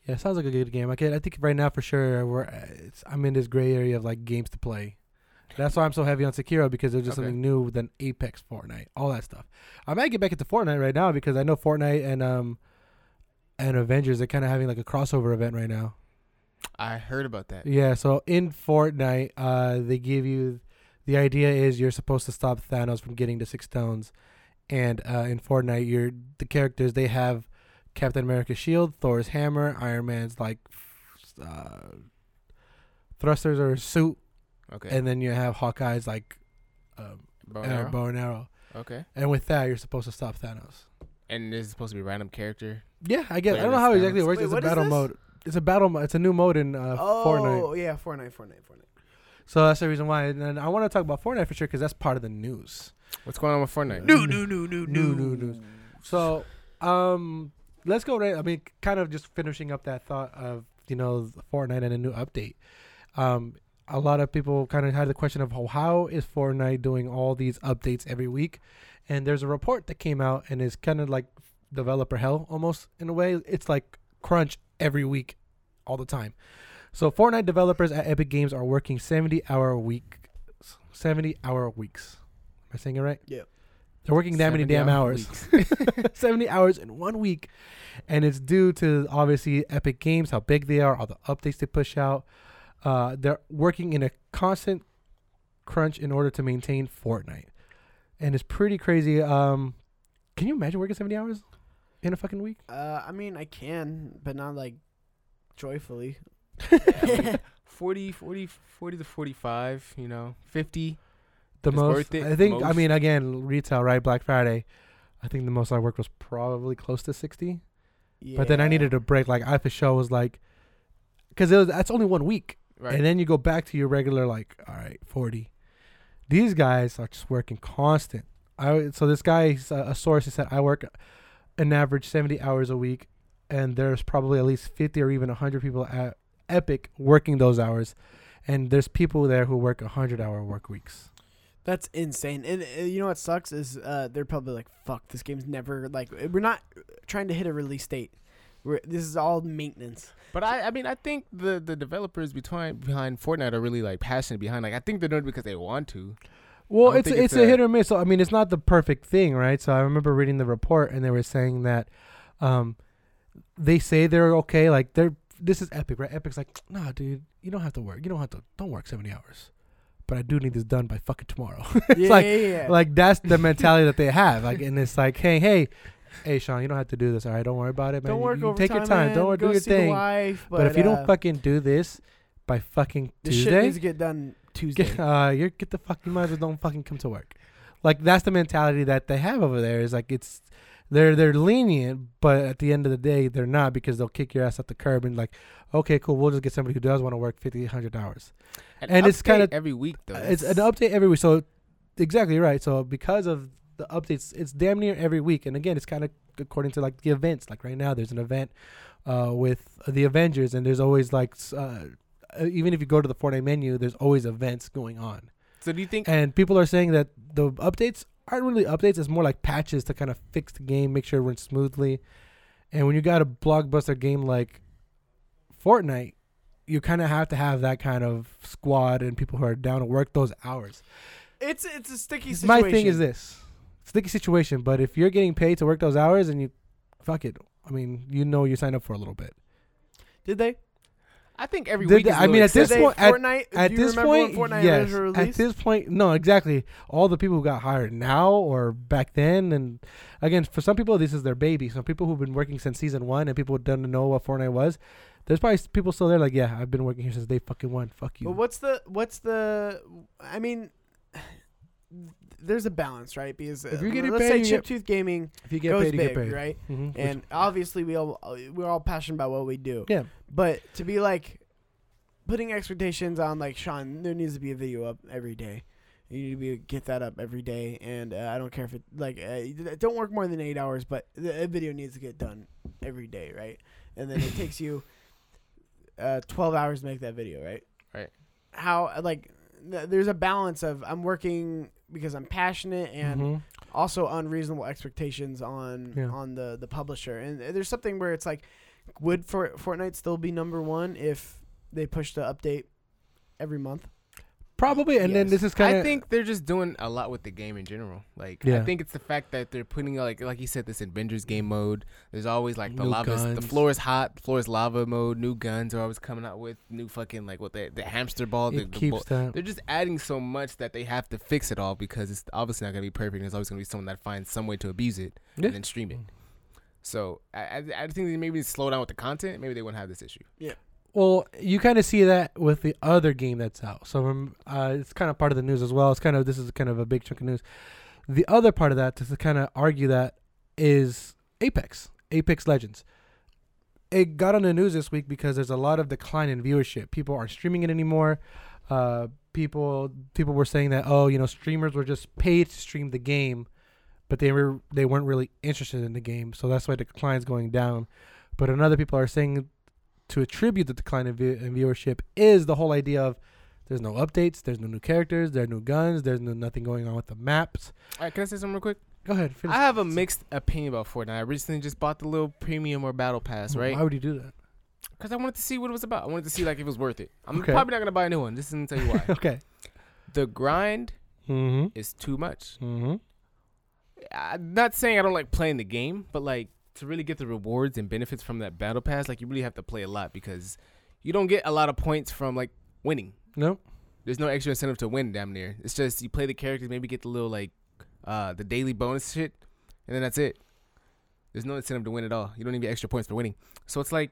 S2: Yeah, sounds like a good game. I can, I think right now for sure we're uh, it's, I'm in this gray area of like games to play. That's why I'm so heavy on Sekiro because there's just
S4: Okay.
S2: something new than Apex, Fortnite, all that stuff. I might get back into Fortnite right now because I know Fortnite and um and Avengers they're kind of having like a crossover event right now.
S4: I heard about that.
S2: Yeah, so in Fortnite, uh, they give you the idea is you're supposed to stop Thanos from getting the six stones, and uh, in Fortnite, you're the characters they have Captain America's shield, Thor's hammer, Iron Man's like uh, thrusters or suit,
S4: Okay.
S2: and then you have Hawkeye's like um,
S4: Bow and
S2: uh,
S4: arrow?
S2: bow and arrow,
S4: Okay.
S2: and with that, you're supposed to stop Thanos.
S4: And this is supposed to be a random character.
S2: Yeah, I guess I
S4: Player
S2: don't know
S4: that's
S2: how exactly
S4: Thanos.
S2: it works.
S3: Wait,
S2: it's a
S3: what is
S2: battle
S3: this?
S2: mode. It's a battle. mo- It's a new mode in uh,
S3: oh
S2: Fortnite.
S3: yeah, Fortnite, Fortnite, Fortnite.
S2: So that's the reason why. And then I want to talk about Fortnite for sure because that's part of the news.
S4: What's going on with Fortnite?
S3: Mm-hmm.
S2: no, no, no, no, no, no. So, um, let's go right. I mean, kind of just finishing up that thought of you know Fortnite and a new update. Um, a lot of people kind of had the question of oh, how is Fortnite doing all these updates every week? And there's a report that came out and is kind of like developer hell almost in a way. It's like crunch every week, all the time. So Fortnite developers at Epic Games are working 70 hour week, 70 hour weeks. Am I saying it right?
S3: Yep.
S2: They're working that many
S4: 70
S2: damn hours.
S4: weeks.
S2: 70 hours in one week. And it's due to obviously Epic Games, how big they are, all the updates they push out. Uh, they're working in a constant crunch in order to maintain Fortnite. And it's pretty crazy. Um, can you imagine working 70 hours in a fucking week?
S3: Uh, I mean, I can, but not like joyfully.
S1: Forty, forty, forty to 45, you know, 50.
S2: The
S1: It's
S2: most
S1: worth it,
S2: I think I
S1: most.
S2: mean again retail right Black Friday. I think the most I worked was probably close to sixty.
S3: Yeah.
S2: But then I needed a break. Like I for sure was like, because it was that's only one week,
S1: Right.
S2: and then you go back to your regular like all right forty. These guys are just working constant. I so this guy uh, a source he said I work an average seventy hours a week, and there's probably at least fifty or even hundred people at Epic working those hours, and there's people there who work hundred hour work weeks.
S3: That's insane. And uh, you know what sucks is uh, they're probably like, "Fuck, this game's never like uh, we're not trying to hit a release date. We're, this is all maintenance."
S1: But I, I mean, I think the, the developers between, behind Fortnite are really like passionate behind. Like, I think they're doing it because they want to.
S2: Well,
S1: don't
S2: it's
S1: think
S2: it's,
S1: it's
S2: a,
S1: a-
S2: hit or miss. So I mean, it's not the perfect thing, right? So I remember reading the report, and they were saying that um, they say they're okay. Like they're this is Epic, right? Epic's like, nah, dude, you don't have to work. You don't have to. Don't work seventy hours. But I do need this done by fucking tomorrow. it's
S3: yeah,
S2: like
S3: yeah, yeah.
S2: like that's the mentality that they have. Like, and it's like, hey, hey, hey, Sean, you don't have to do this. All right, don't worry about it, man.
S3: don't
S2: You-
S3: work
S2: you
S3: over
S2: Take your time. Don't worry, do your thing. but, if you don't fucking do this by fucking
S3: uh, this
S2: Tuesday,
S3: shit needs to get done Tuesday.
S2: Get, uh, you're get the fuck. You might as well don't fucking come to work. Like that's the mentality that they have over there. Is like it's they're they're lenient, but at the end of the day, they're not because they'll kick your ass off the curb and like, okay, cool, we'll just get somebody who does want to work 50, 100 hours. And it's
S1: update
S2: kinda-
S1: every week though.
S2: Uh, It's an update every week. So exactly right. So because of the updates, it's damn near every week. And again, it's kind of according to like the events. Like right now, there's an event uh, with the Avengers, and there's always like. s- Uh, uh, even if you go to the Fortnite menu, there's always events going on.
S1: so do you think?
S2: And people are saying that the updates aren't really updates. It's more like patches to kind of fix the game, make sure it runs smoothly. And when you got a blockbuster game like Fortnite, you kind of have to have that kind of squad and people who are down to work those hours.
S3: It's it's a sticky situation.
S2: My thing is this sticky situation, but if you're getting paid to work those hours and you fuck it, I mean, you know you signed up for a little bit.
S3: did they?
S1: I think every
S2: Did
S1: week.
S2: they-
S1: is a
S2: I mean,
S1: little
S2: at this
S1: excessive.
S3: Did they
S2: point- at-
S3: Fortnite,
S2: At
S3: do you
S2: this
S3: remember
S2: point,
S3: when Fortnite
S2: yes.
S3: was released?
S2: At this point, no, exactly. All the people who got hired now or back then, and again, for some people, this is their baby. Some people who've been working since season one and people who don't know what Fortnite was. There's probably s- people still there like, yeah, I've been working here since day fucking one. Fuck you.
S3: But what's the what's the? I mean, there's a balance, right? Because uh,
S2: If you're getting
S3: let's
S2: paid,
S3: say
S2: you get-
S3: Chiptooth Gaming
S2: if you get
S3: goes
S2: paid, you
S3: big,
S2: get paid.
S3: right?
S2: Mhm. Which-
S3: And obviously, we all we're all passionate about what we do.
S2: yeah,
S3: But to be like putting expectations on like Sean, there needs to be a video up every day. You need to be get that up every day, and uh, I don't care if it like uh, you- don't work more than eight hours, but the a video needs to get done every day, right? And then it takes you uh, twelve hours to make that video, right?
S1: Right.
S3: How like th- there's a balance of I'm working because I'm passionate and
S2: Mhm.
S3: also unreasonable expectations on
S2: Yeah.
S3: on the the publisher. And there's something where it's like, would for Fortnite still be number one if they pushed the update every month?
S2: probably. And then
S3: Yes.
S2: this is kind of.
S1: I think they're just doing a lot with the game in general. Like
S2: Yeah.
S1: I think it's the fact that they're putting like like you said this Avengers game mode. There's always like the
S2: New
S1: lava, the
S2: guns.
S1: floor is hot, the floor is lava mode. New guns are always coming out with new fucking like what the the hamster ball. The,
S2: it
S1: the
S2: keeps
S1: ball.
S2: that.
S1: They're just adding so much that they have to fix it all because it's obviously not gonna be perfect. There's always gonna be someone that finds some way to abuse it
S2: Yeah.
S1: and then stream it. So I, I, I think they maybe slow down with the content. Maybe they wouldn't have this issue.
S2: Well, you kind of see that with the other game that's out. So um, uh, it's kind of part of the news as well. It's kind of this is kind of a big chunk of news. The other part of that to kind of argue that is Apex, Apex Legends. It got on the news this week because there's a lot of decline in viewership. People aren't streaming it anymore. Uh, people people were saying that oh, you know, streamers were just paid to stream the game, but they were they weren't really interested in the game, so that's why the decline's going down. But another people are saying to attribute the decline in, view- in viewership is the whole idea of there's no updates, there's no new characters, there's no guns, there's no nothing going on with the maps.
S1: All right, can I say something real quick?
S2: Go ahead, finish.
S1: I have a mixed opinion about Fortnite. I recently just bought the little premium or battle pass, right?
S2: Why would you do that?
S1: Because I wanted to see what it was about. I wanted to see like if it was worth it. I'm
S2: Okay.
S1: probably not gonna buy a new one. This isn't tell you why.
S2: Okay.
S1: the grind
S2: Mm-hmm.
S1: is too much.
S2: Mm-hmm.
S1: I'm not saying I don't like playing the game, but like to really get the rewards and benefits from that battle pass, like you really have to play a lot because you don't get a lot of points from like winning.
S2: No.
S1: There's no extra incentive to win damn near. It's just you play the characters, maybe get the little like uh the daily bonus shit, and then that's it. There's no incentive to win at all. You don't even get extra points for winning. So it's like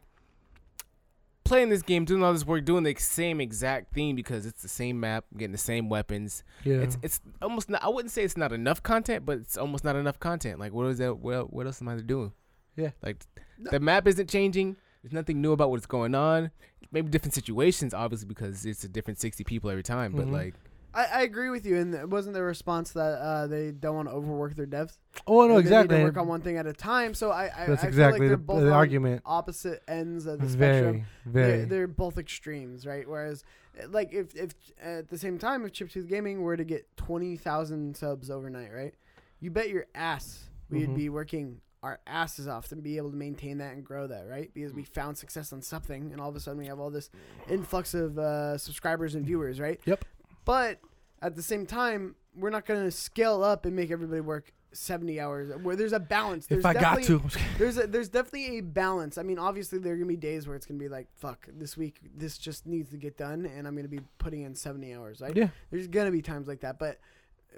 S1: playing this game, doing all this work, doing the same exact thing because it's the same map, getting the same weapons.
S2: Yeah.
S1: It's it's almost not, I wouldn't say it's not enough content, but it's almost not enough content. Like what is that? Well, what else am I doing?
S2: Yeah.
S1: Like the map isn't changing. There's nothing new about what's going on. Maybe different situations, obviously, because it's a different sixty people every time. But
S2: Mhm.
S1: like,
S3: I, I agree with you. And th- wasn't their response that uh, they don't want to overwork their devs?
S2: oh no,
S3: They need to
S2: exactly.
S3: work on one thing at a time. So I, I I
S2: That's
S3: feel
S2: exactly
S3: like
S2: the-
S3: they're both
S2: the,
S3: on
S2: argument.
S3: opposite ends of the spectrum.
S2: Very, very.
S3: They're, they're both extremes, right? Whereas, uh, like, if if at the same time, if Chiptooth Gaming were to get twenty thousand subs overnight, right? You bet your ass we'd
S2: Mhm.
S3: be working our asses off to be able to maintain that and grow that, right? Because we found success on something, and all of a sudden we have all this influx of uh, subscribers and viewers, right?
S2: Yep.
S3: But at the same time, we're not going to scale up and make everybody work. 70 hours where there's a balance there's
S2: if I got
S3: definitely-
S2: to,
S3: there's a, there's definitely a balance. I mean, obviously there are gonna be days where it's gonna be like, fuck, this week this just needs to get done, and I'm gonna be putting in 70 hours. Right?
S2: yeah,
S3: There's gonna be times like that, but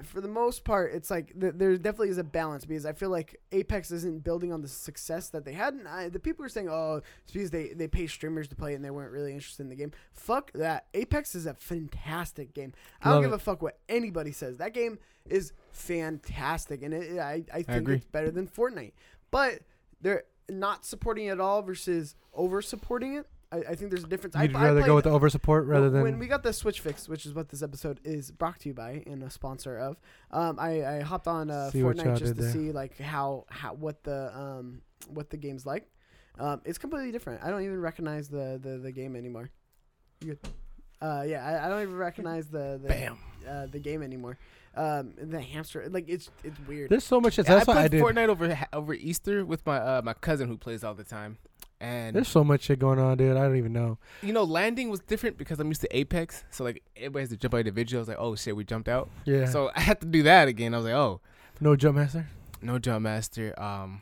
S3: for the most part, it's like th- there definitely is a balance because I feel like Apex isn't building on the success that they had. And I, the people are saying, oh, it's because they they pay streamers to play it and they weren't really interested in the game. Fuck that. Apex is a fantastic game. I
S2: Love
S3: don't give
S2: it.
S3: a fuck what anybody says. That game is fantastic, and it, I I think
S1: agree.
S3: it's better than Fortnite. But they're not supporting it at all versus over supporting it. I, I think there's a difference. I-
S2: you'd
S3: I
S2: rather
S3: played-
S2: go with the over support rather
S3: well,
S2: than
S3: when we got the Switch fix, which is what this episode is brought to you by and a sponsor of. Um, I, I hopped on uh,
S2: See what y'all
S3: Fortnite
S2: did
S3: just to
S2: there.
S3: see like how, how what the um what the game's like. Um, it's completely different. I don't even recognize the the, the game anymore. You good? Uh, yeah, I, I don't even recognize the the
S1: bam.
S3: Uh, the game anymore. Um, the hamster like it's it's weird.
S2: There's so much. That's
S1: Yeah, I
S2: what
S1: played
S2: I did.
S1: Fortnite over ha- over Easter with my uh, my cousin who plays all the time, and
S2: There's so much shit going on, dude. I don't even know.
S1: you know landing was different because I'm used to Apex, so like everybody has to jump out individually. I was like, oh shit, we jumped out,
S2: Yeah. So
S1: so I had to do that again. I was like, oh
S2: no jump master.
S1: no, jump master, um,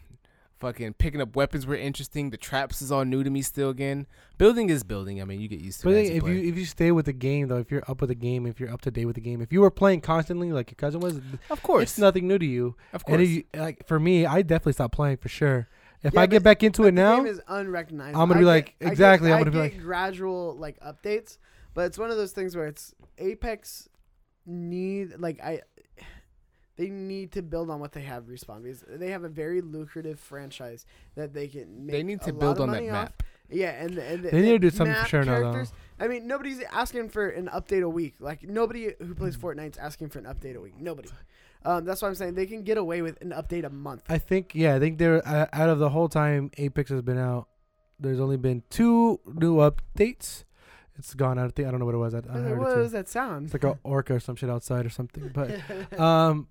S1: fucking picking up weapons were interesting. The traps is all new to me still again. Building is building. I mean, you get used to.
S2: But
S1: it
S2: then
S1: as
S2: if
S1: play.
S2: you if you stay with the game though, if you're up with the game, if you're up to date with the game, if you were playing constantly like your cousin was, th-
S1: of course,
S2: it's nothing new to you.
S1: of course.
S2: And if you, like for me, I definitely stopped playing for sure. If
S3: Yeah,
S2: I get
S3: but-
S2: back into
S3: but
S2: it now,
S3: The game is unrecognizable.
S2: I'm gonna be
S3: I
S2: like,
S3: I
S2: exactly,
S3: I
S2: I'm gonna be
S3: get
S2: like-
S3: gradual like updates, but it's one of those things where it's Apex need like I. They need to build on what they have. Respawn because they have a very lucrative franchise that they can. make
S1: they need
S3: a
S1: to
S3: lot
S1: build
S3: of
S1: on that
S3: money off.
S1: map.
S3: Yeah, and, and
S2: They need to do something for
S3: map
S2: sure now, though.
S3: characters- I mean, nobody's asking for an update a week. Like nobody who plays
S2: Hmm.
S3: Fortnite's asking for an update a week. Nobody. Um, that's why I'm saying they can get away with an update a month.
S2: I think yeah, I think there uh, out of the whole time Apex has been out, there's only been two new updates. It's gone out. I think I don't know what it was. I, I heard
S3: what
S2: it too.
S3: was that sound?
S2: It's like an orca or some shit outside or something. But um,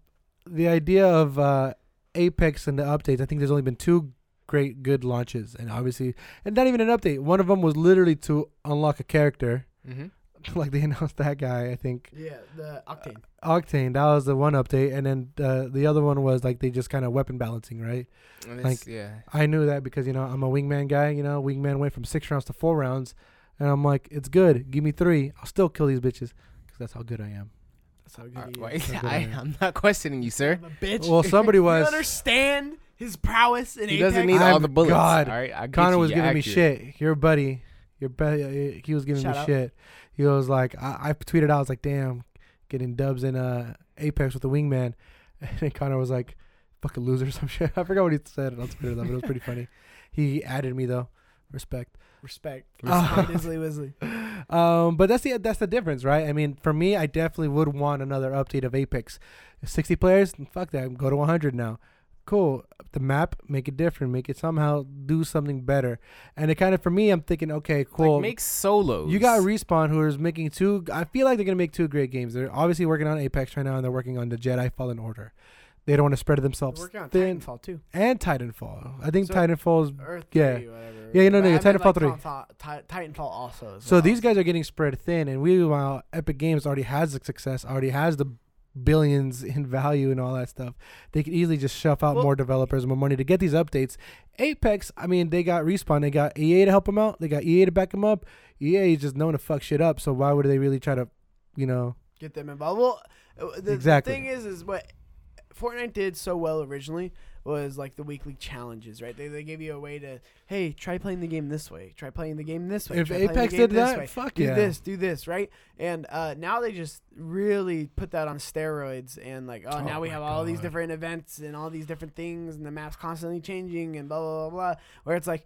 S2: the idea of uh, Apex and the updates, I think there's only been two great good launches, and obviously, and not even an update. One of them was literally to unlock a character,
S1: hmm
S2: like they announced that guy. I think
S3: Yeah, the octane.
S2: Octane. That was the one update, and then uh, the other one was like they just kind of weapon balancing, right? Like-
S1: yeah,
S2: I knew that because you know I'm a wingman guy. You know, wingman went from six rounds to four rounds, and I'm like, it's good. Give me three. I'll still kill these bitches because that's how good I am.
S3: That's how
S1: All
S3: good he
S1: right,
S3: is.
S2: That's what I
S1: I,
S2: mean.
S1: I'm not questioning you, sir.
S3: I'm a bitch.
S2: Well, somebody
S3: you
S2: was.
S3: understand his prowess in
S1: He
S3: Apex?
S1: doesn't need
S2: I'm
S1: all the bullets.
S2: God.
S1: All right, I get
S2: Connor
S1: you,
S2: was
S1: you're
S2: giving me
S1: accurate.
S2: shit. Your buddy, your buddy, he was giving
S3: Shout
S2: me
S3: out.
S2: shit. He was like, I, I tweeted out, I was like, damn, getting dubs in uh, Apex with the wingman. And then Connor was like, fucking loser or some shit. I forgot what he said on Twitter, though, but it was pretty funny. He added me, though. Respect.
S3: Respect.
S2: Ah.
S3: Respect, Isley Wisley.
S2: Um, but that's the that's the difference, right? I mean, for me, I definitely would want another update of Apex. Sixty players, fuck that. Go to one hundred now. Cool. The map, make it different. Make it somehow do something better. And it kind of for me, I'm thinking, okay,
S1: Like,
S2: cool.
S1: make solos.
S2: You got Respawn, who is making two. I feel like they're gonna make two great games. They're obviously working on Apex right now, and they're working on the Jedi Fallen Order. They don't want to spread
S3: We're
S2: themselves
S3: working on
S2: thin.
S3: Titanfall too.
S2: And Titanfall. I think
S3: So-
S2: Titanfall is.
S3: Or
S2: Yeah.
S3: three, whatever.
S2: Yeah, no, no,
S3: But
S2: yeah,
S3: I mean,
S2: Titanfall
S3: like,
S2: three.
S3: Titanfall, Ti- Titanfall also.
S2: So these guys are getting spread thin, and we while Epic Games already has the success, already has the billions in value and all that stuff. They could easily just shove out
S3: Well-
S2: more developers, more money to get these updates. Apex, I mean, they got respawn, they got EA to help them out, they got EA to back them up. EA is just known to fuck shit up, so why would they really try to, you know?
S3: get them involved. Well, uh, the, the
S2: Exactly.
S3: thing is, is what Fortnite did so well originally was like the weekly challenges, right? They, they gave you a way to, hey, try playing the game this way, try playing the game this way.
S2: If
S3: try playing the
S2: Apex
S3: game
S2: did
S3: this
S2: that,
S3: way,
S2: fuck
S3: do
S2: yeah.
S3: this, do this, right? And uh, now they just really put that on steroids, and like, oh,
S2: Oh
S3: now we
S2: my
S3: have all these
S2: God.
S3: different events and all these different things, and the map's constantly changing, and blah blah blah blah. Where it's like.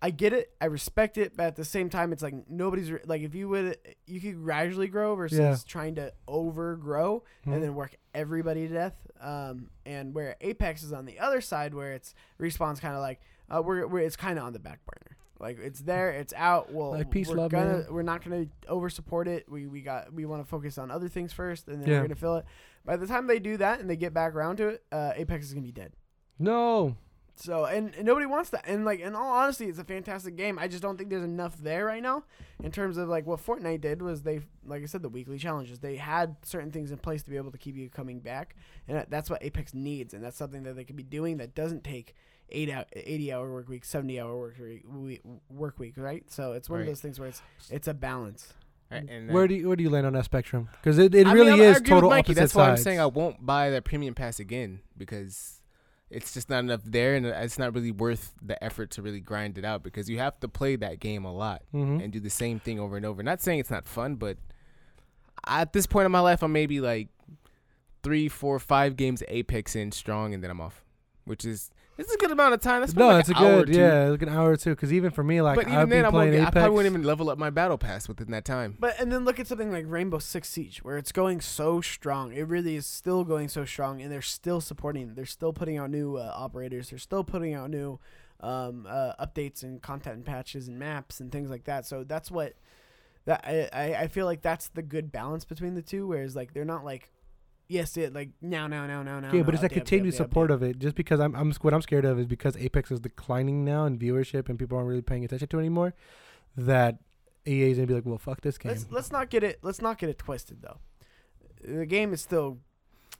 S3: I get it, I respect it, but at the same time, it's like nobody's re- like if you would you could gradually grow versus
S2: Yeah.
S3: trying to overgrow
S2: Mhm.
S3: and then work everybody to death. Um, and where Apex is on the other side, where it's respawn's kind of like uh, we're, we're it's kind of on the back burner. Like it's there, it's out. Well,
S2: Like, peace,
S3: we're
S2: love,
S3: gonna,
S2: man.
S3: We're not gonna over support it. We we got we want to focus on other things first, and then
S2: Yeah.
S3: we're gonna fill it. By the time they do that and they get back around to it, uh, Apex is gonna be dead.
S2: No.
S3: So and, and nobody wants that. And like in all honesty, it's a fantastic game. I just don't think there's enough there right now in terms of like what Fortnite did was they like I said the weekly challenges. They had certain things in place to be able to keep you coming back, and that- that's what Apex needs. And that's something that they could be doing that doesn't take eight out eighty hour work week, seventy hour work week, we- work week, right? So it's one
S1: Right.
S3: of those things where it's it's a balance.
S1: Right, and
S2: Where
S1: then-
S2: do you, where do you land on that spectrum? Because it, it
S1: I mean,
S2: really
S1: I'm- I
S2: is
S1: agree with
S2: total
S1: Mikey.
S2: opposite
S1: That's
S2: sides.
S1: why I'm saying I won't buy that premium pass again because it's just not enough there, and it's not really worth the effort to really grind it out because you have to play that game a lot
S2: Mhm.
S1: and do the same thing over and over. Not saying it's not fun, but at this point in my life, I'm maybe like three, four, five games of Apex in strong, and then I'm off, which is it's a good amount of time. That's
S2: no,
S1: probably like
S2: it's a
S1: an hour or
S2: good
S1: two.
S2: yeah, like an hour or two. Because even for me, like
S1: but even
S2: I've
S1: then,
S2: been
S1: I, won't
S2: playing
S1: get, I
S2: Apex.
S1: probably wouldn't even level up my battle pass within that time.
S3: But and then look at something like Rainbow Six Siege, where it's going so strong. It really is still going so strong, and they're still supporting. They're still putting out new uh, operators. They're still putting out new um, uh, updates and content and patches and maps and things like that. So that's what that I, I I feel like that's the good balance between the two. Whereas like they're not like yes it like now now now now now.
S2: yeah,
S3: now,
S2: but it's that
S3: update, update,
S2: continued
S3: update,
S2: support
S3: update.
S2: of it. Just because I'm, I'm what I'm scared of is because Apex is declining now in viewership and people aren't really paying attention to it anymore. That EA is gonna be like, well, fuck this game.
S3: Let's let's not get it let's not get it twisted though. The game is still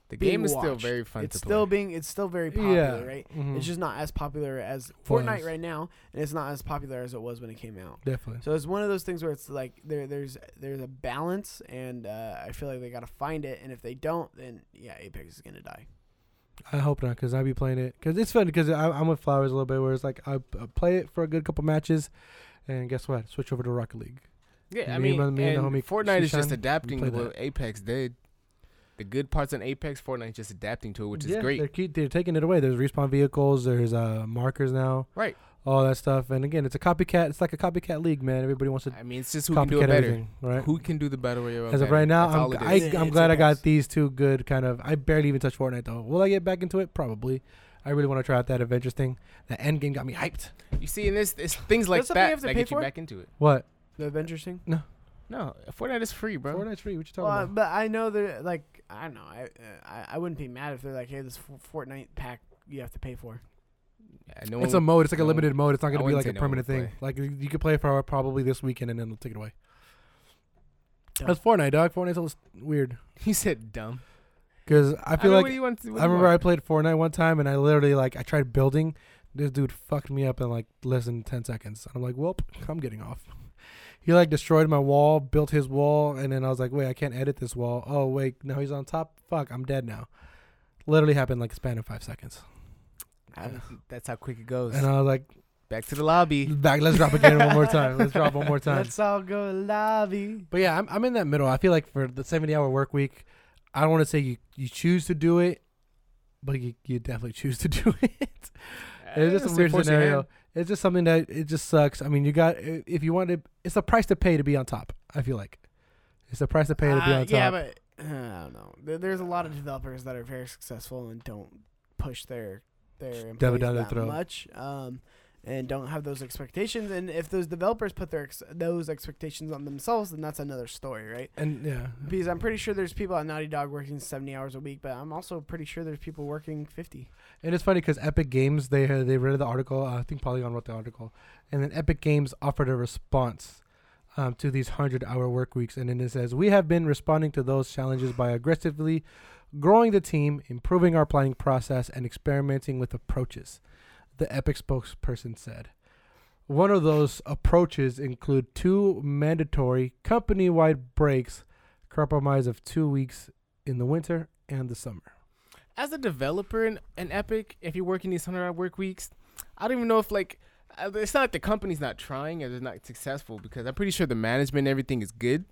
S1: The
S3: being
S1: game is still
S3: watched.
S1: very fun
S3: It's
S1: to
S3: still
S1: play.
S3: being it's still very popular,
S2: Yeah.
S3: right?
S2: Mhm.
S3: It's just not as popular as
S2: Was.
S3: Fortnite right now, and it's not as popular as it was when it came out.
S2: Definitely.
S3: So it's one of those things where it's like there there's there's a balance, and uh, I feel like they gotta find it. And if they don't, then yeah, Apex is gonna die.
S2: I hope not, because I'll be playing it. Because it's fun, because I'm with Flowers a little bit, where it's like I, I play it for a good couple matches, and guess what? Switch over to Rocket League.
S1: Yeah, I
S2: Me
S1: mean,
S2: and my- me and the
S1: and
S2: homie
S1: Fortnite is
S2: Shishan,
S1: just
S2: we
S1: adapting to
S2: played
S1: what Apex did. The good parts on Apex, Fortnite is just adapting to it, which is
S2: Yeah,
S1: great.
S2: They're, keep, they're taking it away. There's respawn vehicles. There's uh, markers now.
S1: Right.
S2: All that stuff. And again, it's a copycat. It's like a copycat league, man. Everybody wants to
S1: I mean, it's just who can do it
S2: copycat
S1: better.
S2: everything, right?
S1: Who can do the battle royale?
S2: As of
S1: better.
S2: right now,
S1: That's all
S2: I'm,
S1: it
S2: I,
S1: is.
S3: Yeah,
S2: I'm
S3: it's
S2: glad I got
S3: Apex.
S2: these two good kind of. I barely even touch Fortnite though. Will I get back into it? Probably. I really want to try out that adventures thing. The end game got me hyped.
S1: you see, in this, it's things like
S3: That's something you
S1: that
S3: have to
S1: that
S3: pay
S1: get you
S3: for?
S1: back into it.
S2: What?
S3: The Avengers thing.
S1: No, Fortnite is free, bro.
S2: Fortnite's free. What you talking
S3: Well, I-
S2: about?
S3: but I know they're like I don't know. I, uh, I I wouldn't be mad if they're like, hey, this F- Fortnite pack you have to pay for.
S1: Yeah, no
S2: It's a
S1: one-
S2: mode. It's like a
S1: no one-
S2: limited mode. It's not
S1: I
S2: going to be
S1: wouldn't
S2: like
S1: say
S2: a
S1: no one would
S2: permanent thing.
S1: play.
S2: Like you you could play for probably this weekend and then they'll take it away.
S3: Dumb.
S2: That's Fortnite, dog. Fortnite's all weird
S1: You said dumb.
S2: because I feel
S1: mean,
S2: like
S1: what do you want to, what
S2: I
S1: do you
S2: remember I
S1: want?
S2: played Fortnite one time and I literally like I tried building. This dude fucked me up in like less than ten seconds. And I'm like, well, I'm getting off. He like destroyed my wall, built his wall, and then I was like, wait, I can't edit this wall. Oh wait, now he's on top. Fuck, I'm dead now. Literally happened like a span of five seconds.
S1: I'm- That's how quick it goes.
S2: And I was like,
S1: Back to the lobby.
S2: back, let's drop again one more time. Let's drop one more time.
S3: Let's all go lobby.
S2: But yeah, I'm, I'm in that middle. I feel like for the 70 hour work week, I don't want to say you, you choose to do it, but you, you definitely choose to do it. it's just a weird scenario. It's just something that it just sucks. I mean, you got, i- if you want to, it's the price to pay to be on top, I feel like. It's the price to pay to be
S3: Uh,
S2: on top.
S3: Yeah, but I don't know. There, there's a lot of developers that are very successful and don't push their their
S2: Shove it
S3: employees
S2: down their
S3: that
S2: throat.
S3: much, um, and don't have those expectations. And if those developers put their ex- those expectations on themselves, then that's another story, right?
S2: and yeah.
S3: Because I'm pretty sure there's people at Naughty Dog working 70 hours a week, but I'm also pretty sure there's people working 50.
S2: And it's funny because Epic Games, they they read the article. Uh, I think Polygon wrote the article. And then Epic Games offered a response um, to these 100 hour work weeks. And then it says, We have been responding to those challenges by aggressively growing the team, improving our planning process, and experimenting with approaches, the Epic spokesperson said. One of those approaches include two mandatory company wide breaks, compromise of two weeks in the winter and the summer.
S1: as a developer in, in Epic, if you're working these hundred hour work weeks, I don't even know if like uh, it's not like the company's not trying or they're not successful because I'm pretty sure the management and everything is good.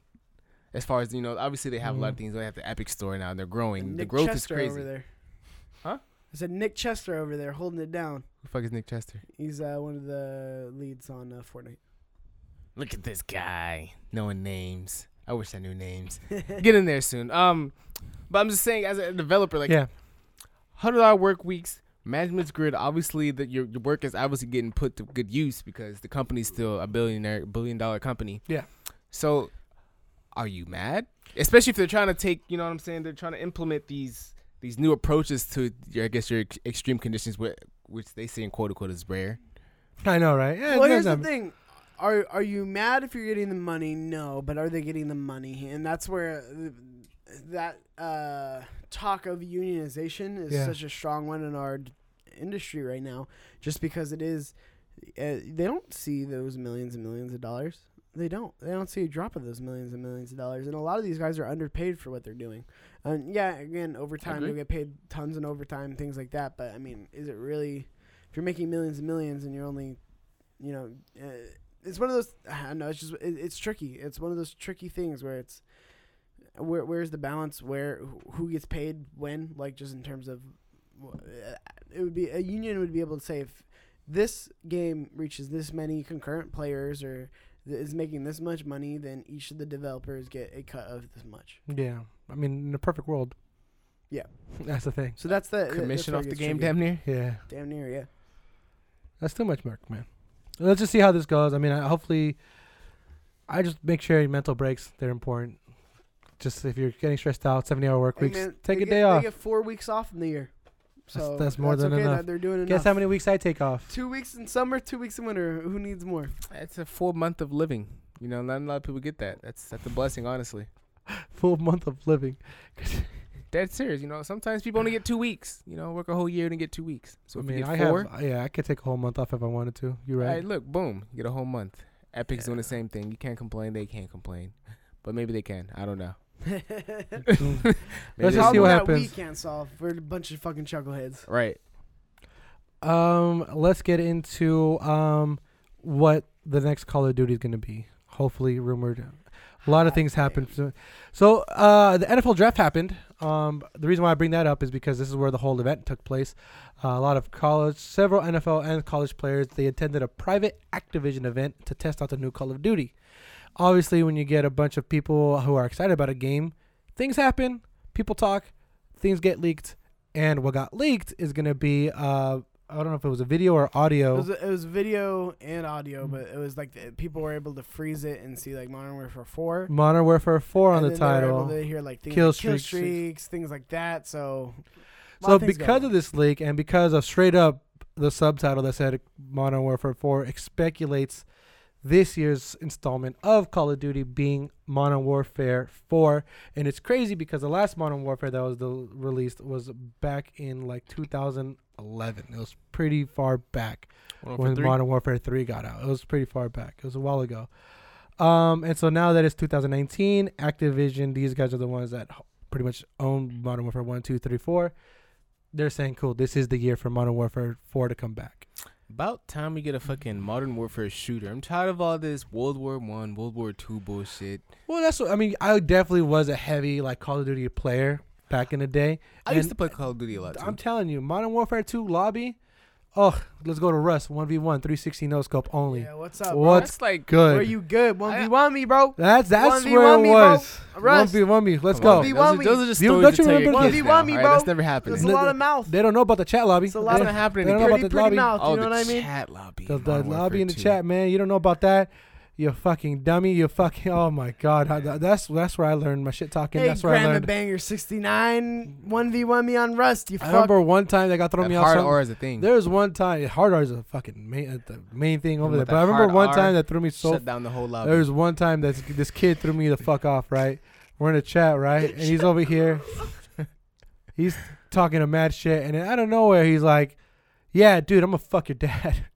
S1: As far as you know, obviously they have a lot of things. They have the Epic Store now. and They're growing. the
S3: Mm-hmm. Nick
S1: growth
S3: Chester
S1: is crazy.
S3: over there.
S1: Huh?
S3: I said Nick Chester over there holding it down.
S1: Who the fuck is Nick Chester?
S3: He's uh, one of the leads on uh, Fortnite.
S1: Look at this guy knowing names. I wish I knew names. Get in there soon. Um, but I'm just saying, as a developer, like
S2: yeah.
S1: hundred hour work weeks, management's grid. Obviously, that your, your work is obviously getting put to good use because the company's still a billionaire, billion dollar company.
S2: Yeah.
S1: So, are you mad? Especially if they're trying to take, you know what I'm saying? They're trying to implement these these new approaches to, your, I guess, your ex- extreme conditions, whi- which they say in quote unquote is rare.
S2: I know, right? Yeah,
S3: well,
S2: no,
S3: here's
S2: no.
S3: the thing. Are are you mad if you're getting the money? No, but are they getting the money? And that's where uh, that uh, talk of unionization is
S2: Yeah.
S3: such a strong one in our d- industry right now, just because it is. Uh, they don't see those millions and millions of dollars. They don't. They don't see a drop of those millions and millions of dollars. And a lot of these guys are underpaid for what they're doing. And yeah, again, overtime
S1: Agree.
S3: you'll get paid tons in overtime, things like that. But I mean, is it really? If you're making millions and millions and you're only you know, uh, it's one of those. I don't know. It's just it, it's tricky. It's one of those tricky things where it's where where's the balance? Where wh- who gets paid when? Like just in terms of, wh- uh, it would be a union would be able to say if this game reaches this many concurrent players or th- is making this much money, then each of the developers get a cut of this much.
S2: Yeah. I mean, in a perfect world.
S3: Yeah.
S2: That's the thing.
S3: So that's the that- that's
S1: Commission
S3: where it
S1: off the
S3: gets
S1: game,
S3: tricky.
S1: damn near.
S2: Yeah.
S3: damn near yeah.
S2: That's too much work, man. Let's just see how this goes. I mean, I, hopefully, I just make sure your mental breaks. They're important. Just if you're getting stressed out, 70 hour work
S3: Hey,
S2: weeks,
S3: man,
S2: take
S3: they
S2: a
S3: get-
S2: day off.
S3: They get four weeks off in the year. So
S2: that's more than
S3: okay that
S2: enough.
S3: They're doing enough.
S2: Guess how many weeks I take off?
S3: Two weeks in summer, two weeks in winter. Who needs more?
S1: That's a full month of living. You know, not a lot of people get that. That's that's a blessing, honestly.
S2: Full month of living.
S1: Dead serious. You know, sometimes people only get two weeks. You know, work a whole year and get two weeks. So
S2: I
S1: if
S2: mean,
S1: you
S2: I
S1: get four,
S2: have, yeah, I could take a whole month off if I wanted to. You're
S1: Right.
S2: right.
S1: look, boom, you get a whole month. Epic's doing the same thing. You can't complain. They can't complain, but maybe they can. I don't know.
S3: Let's
S1: Maybe
S2: Let's just see
S1: they-
S2: what
S3: We
S2: happens.
S3: can't solve. We're a bunch of fucking chuckleheads.
S1: Right.
S2: Um, let's get into um what the next Call of Duty is going to be. Hopefully, rumored. A lot of things happened. So- So, uh, the NFL draft happened. Um, the reason why I bring that up is because this is where the whole event took place. Uh, a lot of college, several NFL and college players, they attended a private Activision event to test out the new Call of Duty. Obviously, when you get a bunch of people who are excited about a game, things happen. People talk. Things get leaked. And what got leaked is going to be uh, I don't know if it was a video or audio.
S3: It was, it was video and audio, but it was like the, people were able to freeze it and see like Modern Warfare Four
S2: Modern Warfare 4 on
S3: and
S2: the
S3: then they were able
S2: title.
S3: to hear like things
S2: Kill
S3: like kill
S2: streaks.
S3: streaks, things like that. So, a lot
S2: So
S3: of things
S2: because
S3: going
S2: of this leak and because of straight up the subtitle that said Modern Warfare 4 speculates this year's installment of Call of Duty being Modern Warfare 4 and it's crazy because the last Modern Warfare that was the, released was back in like 2011. It was pretty far back when Modern Warfare 3 got out. It was pretty far back. It was a while ago. Um, and so now that it's 2019, Activision, these guys are the ones that h- pretty much own Modern Warfare 1, 2, 3, 4. They're saying, cool, this is the year for Modern Warfare 4 to come back.
S1: About time we get a fucking modern warfare shooter. I'm tired of all this World War One, World War Two bullshit.
S2: Well, that's what I mean. I definitely was a heavy, like, Call of Duty player back in the day.
S1: I
S2: And
S1: used to play Call of Duty a lot. Too.
S2: I'm telling you, Modern Warfare 2 lobby, oh, let's go to Rust 1v1, 360 no scope only.
S3: yeah, what's up? bro?
S2: What's
S1: That's like
S3: Where
S2: good?
S3: you good? One v one me, bro.
S2: that's that's
S3: 1v1
S2: where it
S3: me, bro.
S2: was.
S3: Rust.
S2: 1v1 me. Let's
S1: Come
S2: go.
S1: on, man. Those, are, those are just
S2: You-
S1: stories
S2: don't you
S1: to tell your
S2: remember
S1: kids
S3: the-
S1: now,
S3: One v one me,
S1: all right? That's
S3: bro.
S1: never happening.
S3: There's a lot of mouth.
S2: They don't know about the chat lobby.
S3: There's a
S2: They
S3: lot
S2: don't-
S1: of happening.
S2: They don't know
S3: Pretty,
S2: about the
S3: pretty
S2: lobby.
S3: mouth.
S1: Oh,
S3: You know
S1: the
S3: what I mean?
S1: Chat lobby.
S2: The,
S1: in
S2: the
S1: Modern
S2: lobby
S1: Warfare
S2: in the
S1: 2.
S2: chat, man. You don't know about that. You fucking dummy. You fucking. Oh my god. I- that's that's where I learned my shit talking.
S3: Hey,
S2: that's where I
S3: Grandma
S2: learned.
S3: Banger 69, 1v1 me on Rust, you
S2: I
S3: fuck.
S2: remember one time they got thrown
S1: That
S2: me off.
S1: hard
S2: some-
S1: R is a thing.
S2: there was one time hard R is a fucking main uh, the main thing over
S1: With
S2: there.
S1: that
S2: But I remember
S1: hard
S2: one
S1: R,
S2: time that threw me so.
S1: Shut down the whole lobby.
S2: There was one time that this kid threw me the fuck off. Right, we're in the chat, right, and he's over here. He's talking a mad shit, and then out of nowhere he's like, "Yeah, dude, I'm gonna fuck your dad."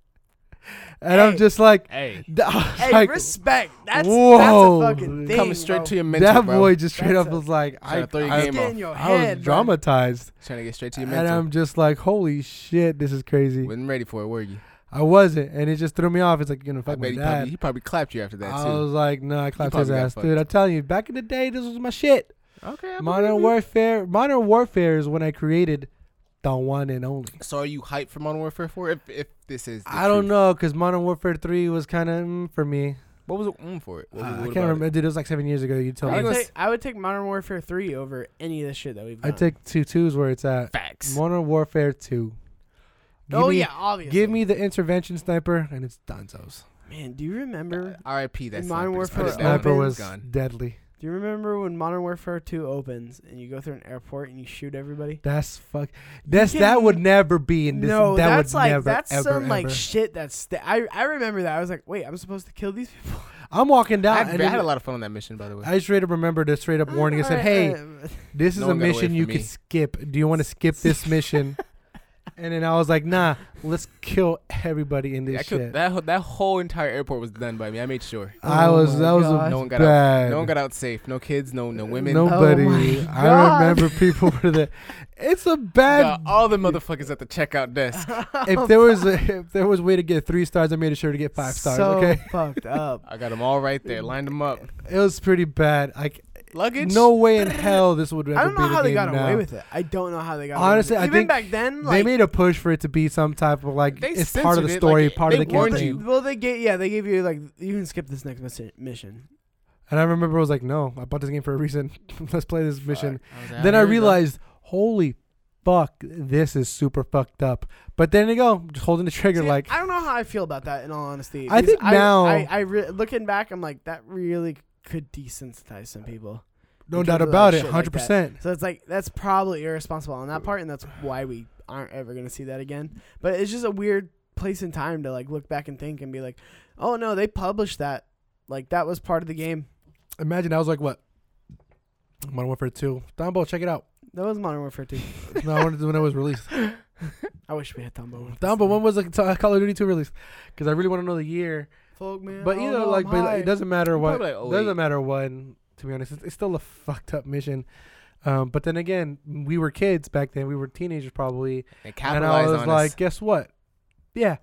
S2: and I'm
S3: Hey.
S2: just like,
S1: Hey,
S2: th- I was
S3: Hey,
S2: like,
S3: respect. That's
S2: whoa.
S3: that's a fucking thing.
S1: coming straight
S3: bro.
S1: to your mental,
S2: that
S1: bro.
S2: boy just straight
S3: That's
S2: up
S3: a-
S2: was like, I,
S1: Trying to throw your
S2: I-
S1: game
S3: Get in
S1: off.
S3: your
S2: I was
S3: head, bro.
S2: traumatized,
S1: Trying to get straight to your
S2: and
S1: mental.
S2: I'm just like, holy shit, this is crazy.
S1: wasn't ready for it, were you?
S2: I wasn't, and it just threw me off. It's like you're gonna
S1: I
S2: fuck
S1: bet
S2: my
S1: he probably,
S2: dad.
S1: he probably clapped you after that
S2: I
S1: too.
S2: was like, no, I clapped his
S1: probably got
S2: ass, dude.
S1: fucked.
S2: I'm telling you, back in the day, this was my shit.
S1: Okay, I believe
S2: Modern
S1: you.
S2: Warfare, Modern Warfare is when I created the one and only.
S1: So are you hyped for Modern Warfare 4? If, if this is, the
S2: I don't
S1: truth.
S2: know, cause Modern Warfare Three was kind of mm, for me.
S1: What was it mm, for it? What
S2: Uh,
S1: was it
S2: I
S1: what
S2: can't
S1: about
S2: remember, dude. It was like seven years ago. You told
S3: I
S1: He
S2: me.
S3: would,
S1: was-
S3: take, I would take Modern Warfare 3 over any of the shit that we've
S2: I
S3: done.
S2: take two twos where it's at.
S1: It? Facts.
S2: Modern Warfare Two. Give
S3: oh,
S2: me-
S3: yeah, obviously.
S2: Give me the intervention sniper, and it's Donzo's.
S3: Man, do you remember
S1: Uh, R.I.P. That
S3: In Modern
S1: sniper.
S3: Warfare
S2: The
S1: Put it
S3: Open-
S1: down.
S2: sniper
S1: It's
S2: was
S1: gone.
S2: deadly.
S3: Do you remember when Modern Warfare 2 opens and you go through an airport and you shoot everybody?
S2: That's fuck. That's that
S3: can-
S2: would never be in this.
S3: No,
S2: that
S3: that's
S2: would
S3: like
S2: never,
S3: that's
S2: ever,
S3: some like
S2: ever.
S3: shit. That's st- I I remember that. I was like, wait, I'm supposed to kill these people.
S2: I'm walking down.
S1: I,
S2: and
S1: had, I
S2: then-
S1: had a lot of fun on that mission, by the way.
S2: I straight up remember the straight up warning and
S3: Uh,
S2: said, "Hey, this is
S1: No
S2: a
S1: one got away
S2: mission you
S1: from
S2: could
S1: me."
S2: skip. Do you want to skip this mission?" and then I was like, "Nah, let's kill everybody in this
S1: Yeah, I
S2: shit."
S1: killed, that whole- that whole entire airport was done by me. I made sure.
S2: I
S3: Oh
S2: was
S3: my
S2: that was Uh, a
S3: gosh.
S2: bad.
S1: No one got out. No one got out safe. No kids. No no women.
S2: Nobody.
S3: Oh my
S2: I
S3: God.
S2: remember people were there. It's a
S1: Uh,
S2: bad.
S1: all the motherfuckers at the checkout desk.
S2: if there was a, if there was way to get three stars, I made sure to get five stars.
S3: So
S2: Okay,
S3: fucked up.
S1: I got them all right there. Lined them up.
S2: it was pretty bad. Like
S1: Luggage.
S2: no way in hell this would ever
S3: I don't
S2: be
S3: know
S2: the
S3: how they
S2: game
S3: got
S2: now.
S3: away with it. I don't know how they got.
S2: Honestly,
S3: away
S2: I
S3: with it.
S2: think
S3: even back then,
S2: they
S3: like,
S2: made a push for it to be some type of like
S1: They
S2: it's part of
S1: censored
S2: the
S1: it,
S2: story,
S1: like,
S2: part of
S1: they
S2: the
S1: warned
S2: campaign.
S1: you.
S3: Well, they gave yeah, they gave you like you can skip this next missi- mission.
S2: And I remember I was like, no, I bought this game for a reason. Let's play this mission.
S1: Fuck. was like,
S2: then I
S1: here we go.
S2: realized, holy fuck, this is super fucked up. But then you go, just holding the trigger,
S3: See,
S2: like
S3: I don't know how I feel about that. In all honesty,
S2: I
S3: because
S2: think now-
S3: I, I re- looking back, I'm like that really could desensitize some people.
S2: no
S3: in
S2: doubt
S3: terms of,
S2: about
S3: like,
S2: it,
S3: shit like
S2: hundred percent.
S3: So it's like that's probably irresponsible on that part, and that's why we aren't ever gonna see that again. But it's just a weird place in time to like look back and think and be like, oh no, they published that. Like that was part of the game.
S2: Imagine I was like, what? Modern Warfare Two, Dumbo, check it out.
S3: That was Modern Warfare 2.
S2: No, I wanted to- when it was released.
S3: I wish we had Thumbo. with us.
S2: Dumbo, when was the t- Call of Duty Two released? Because I really want to know the year.
S3: Folk, man,
S2: But
S3: I
S2: either
S3: don't know,
S2: like,
S3: I'm
S2: but
S3: high.
S2: it doesn't matter what.
S1: Probably like oh,
S2: doesn't
S1: 08.
S2: matter when. To be honest, it's, it's still a fucked up mission. Um, but then again, we were kids back then. We were teenagers probably,
S1: They
S2: and I
S1: capitalized
S2: was
S1: on
S2: like,
S1: us.
S2: guess what? Yeah,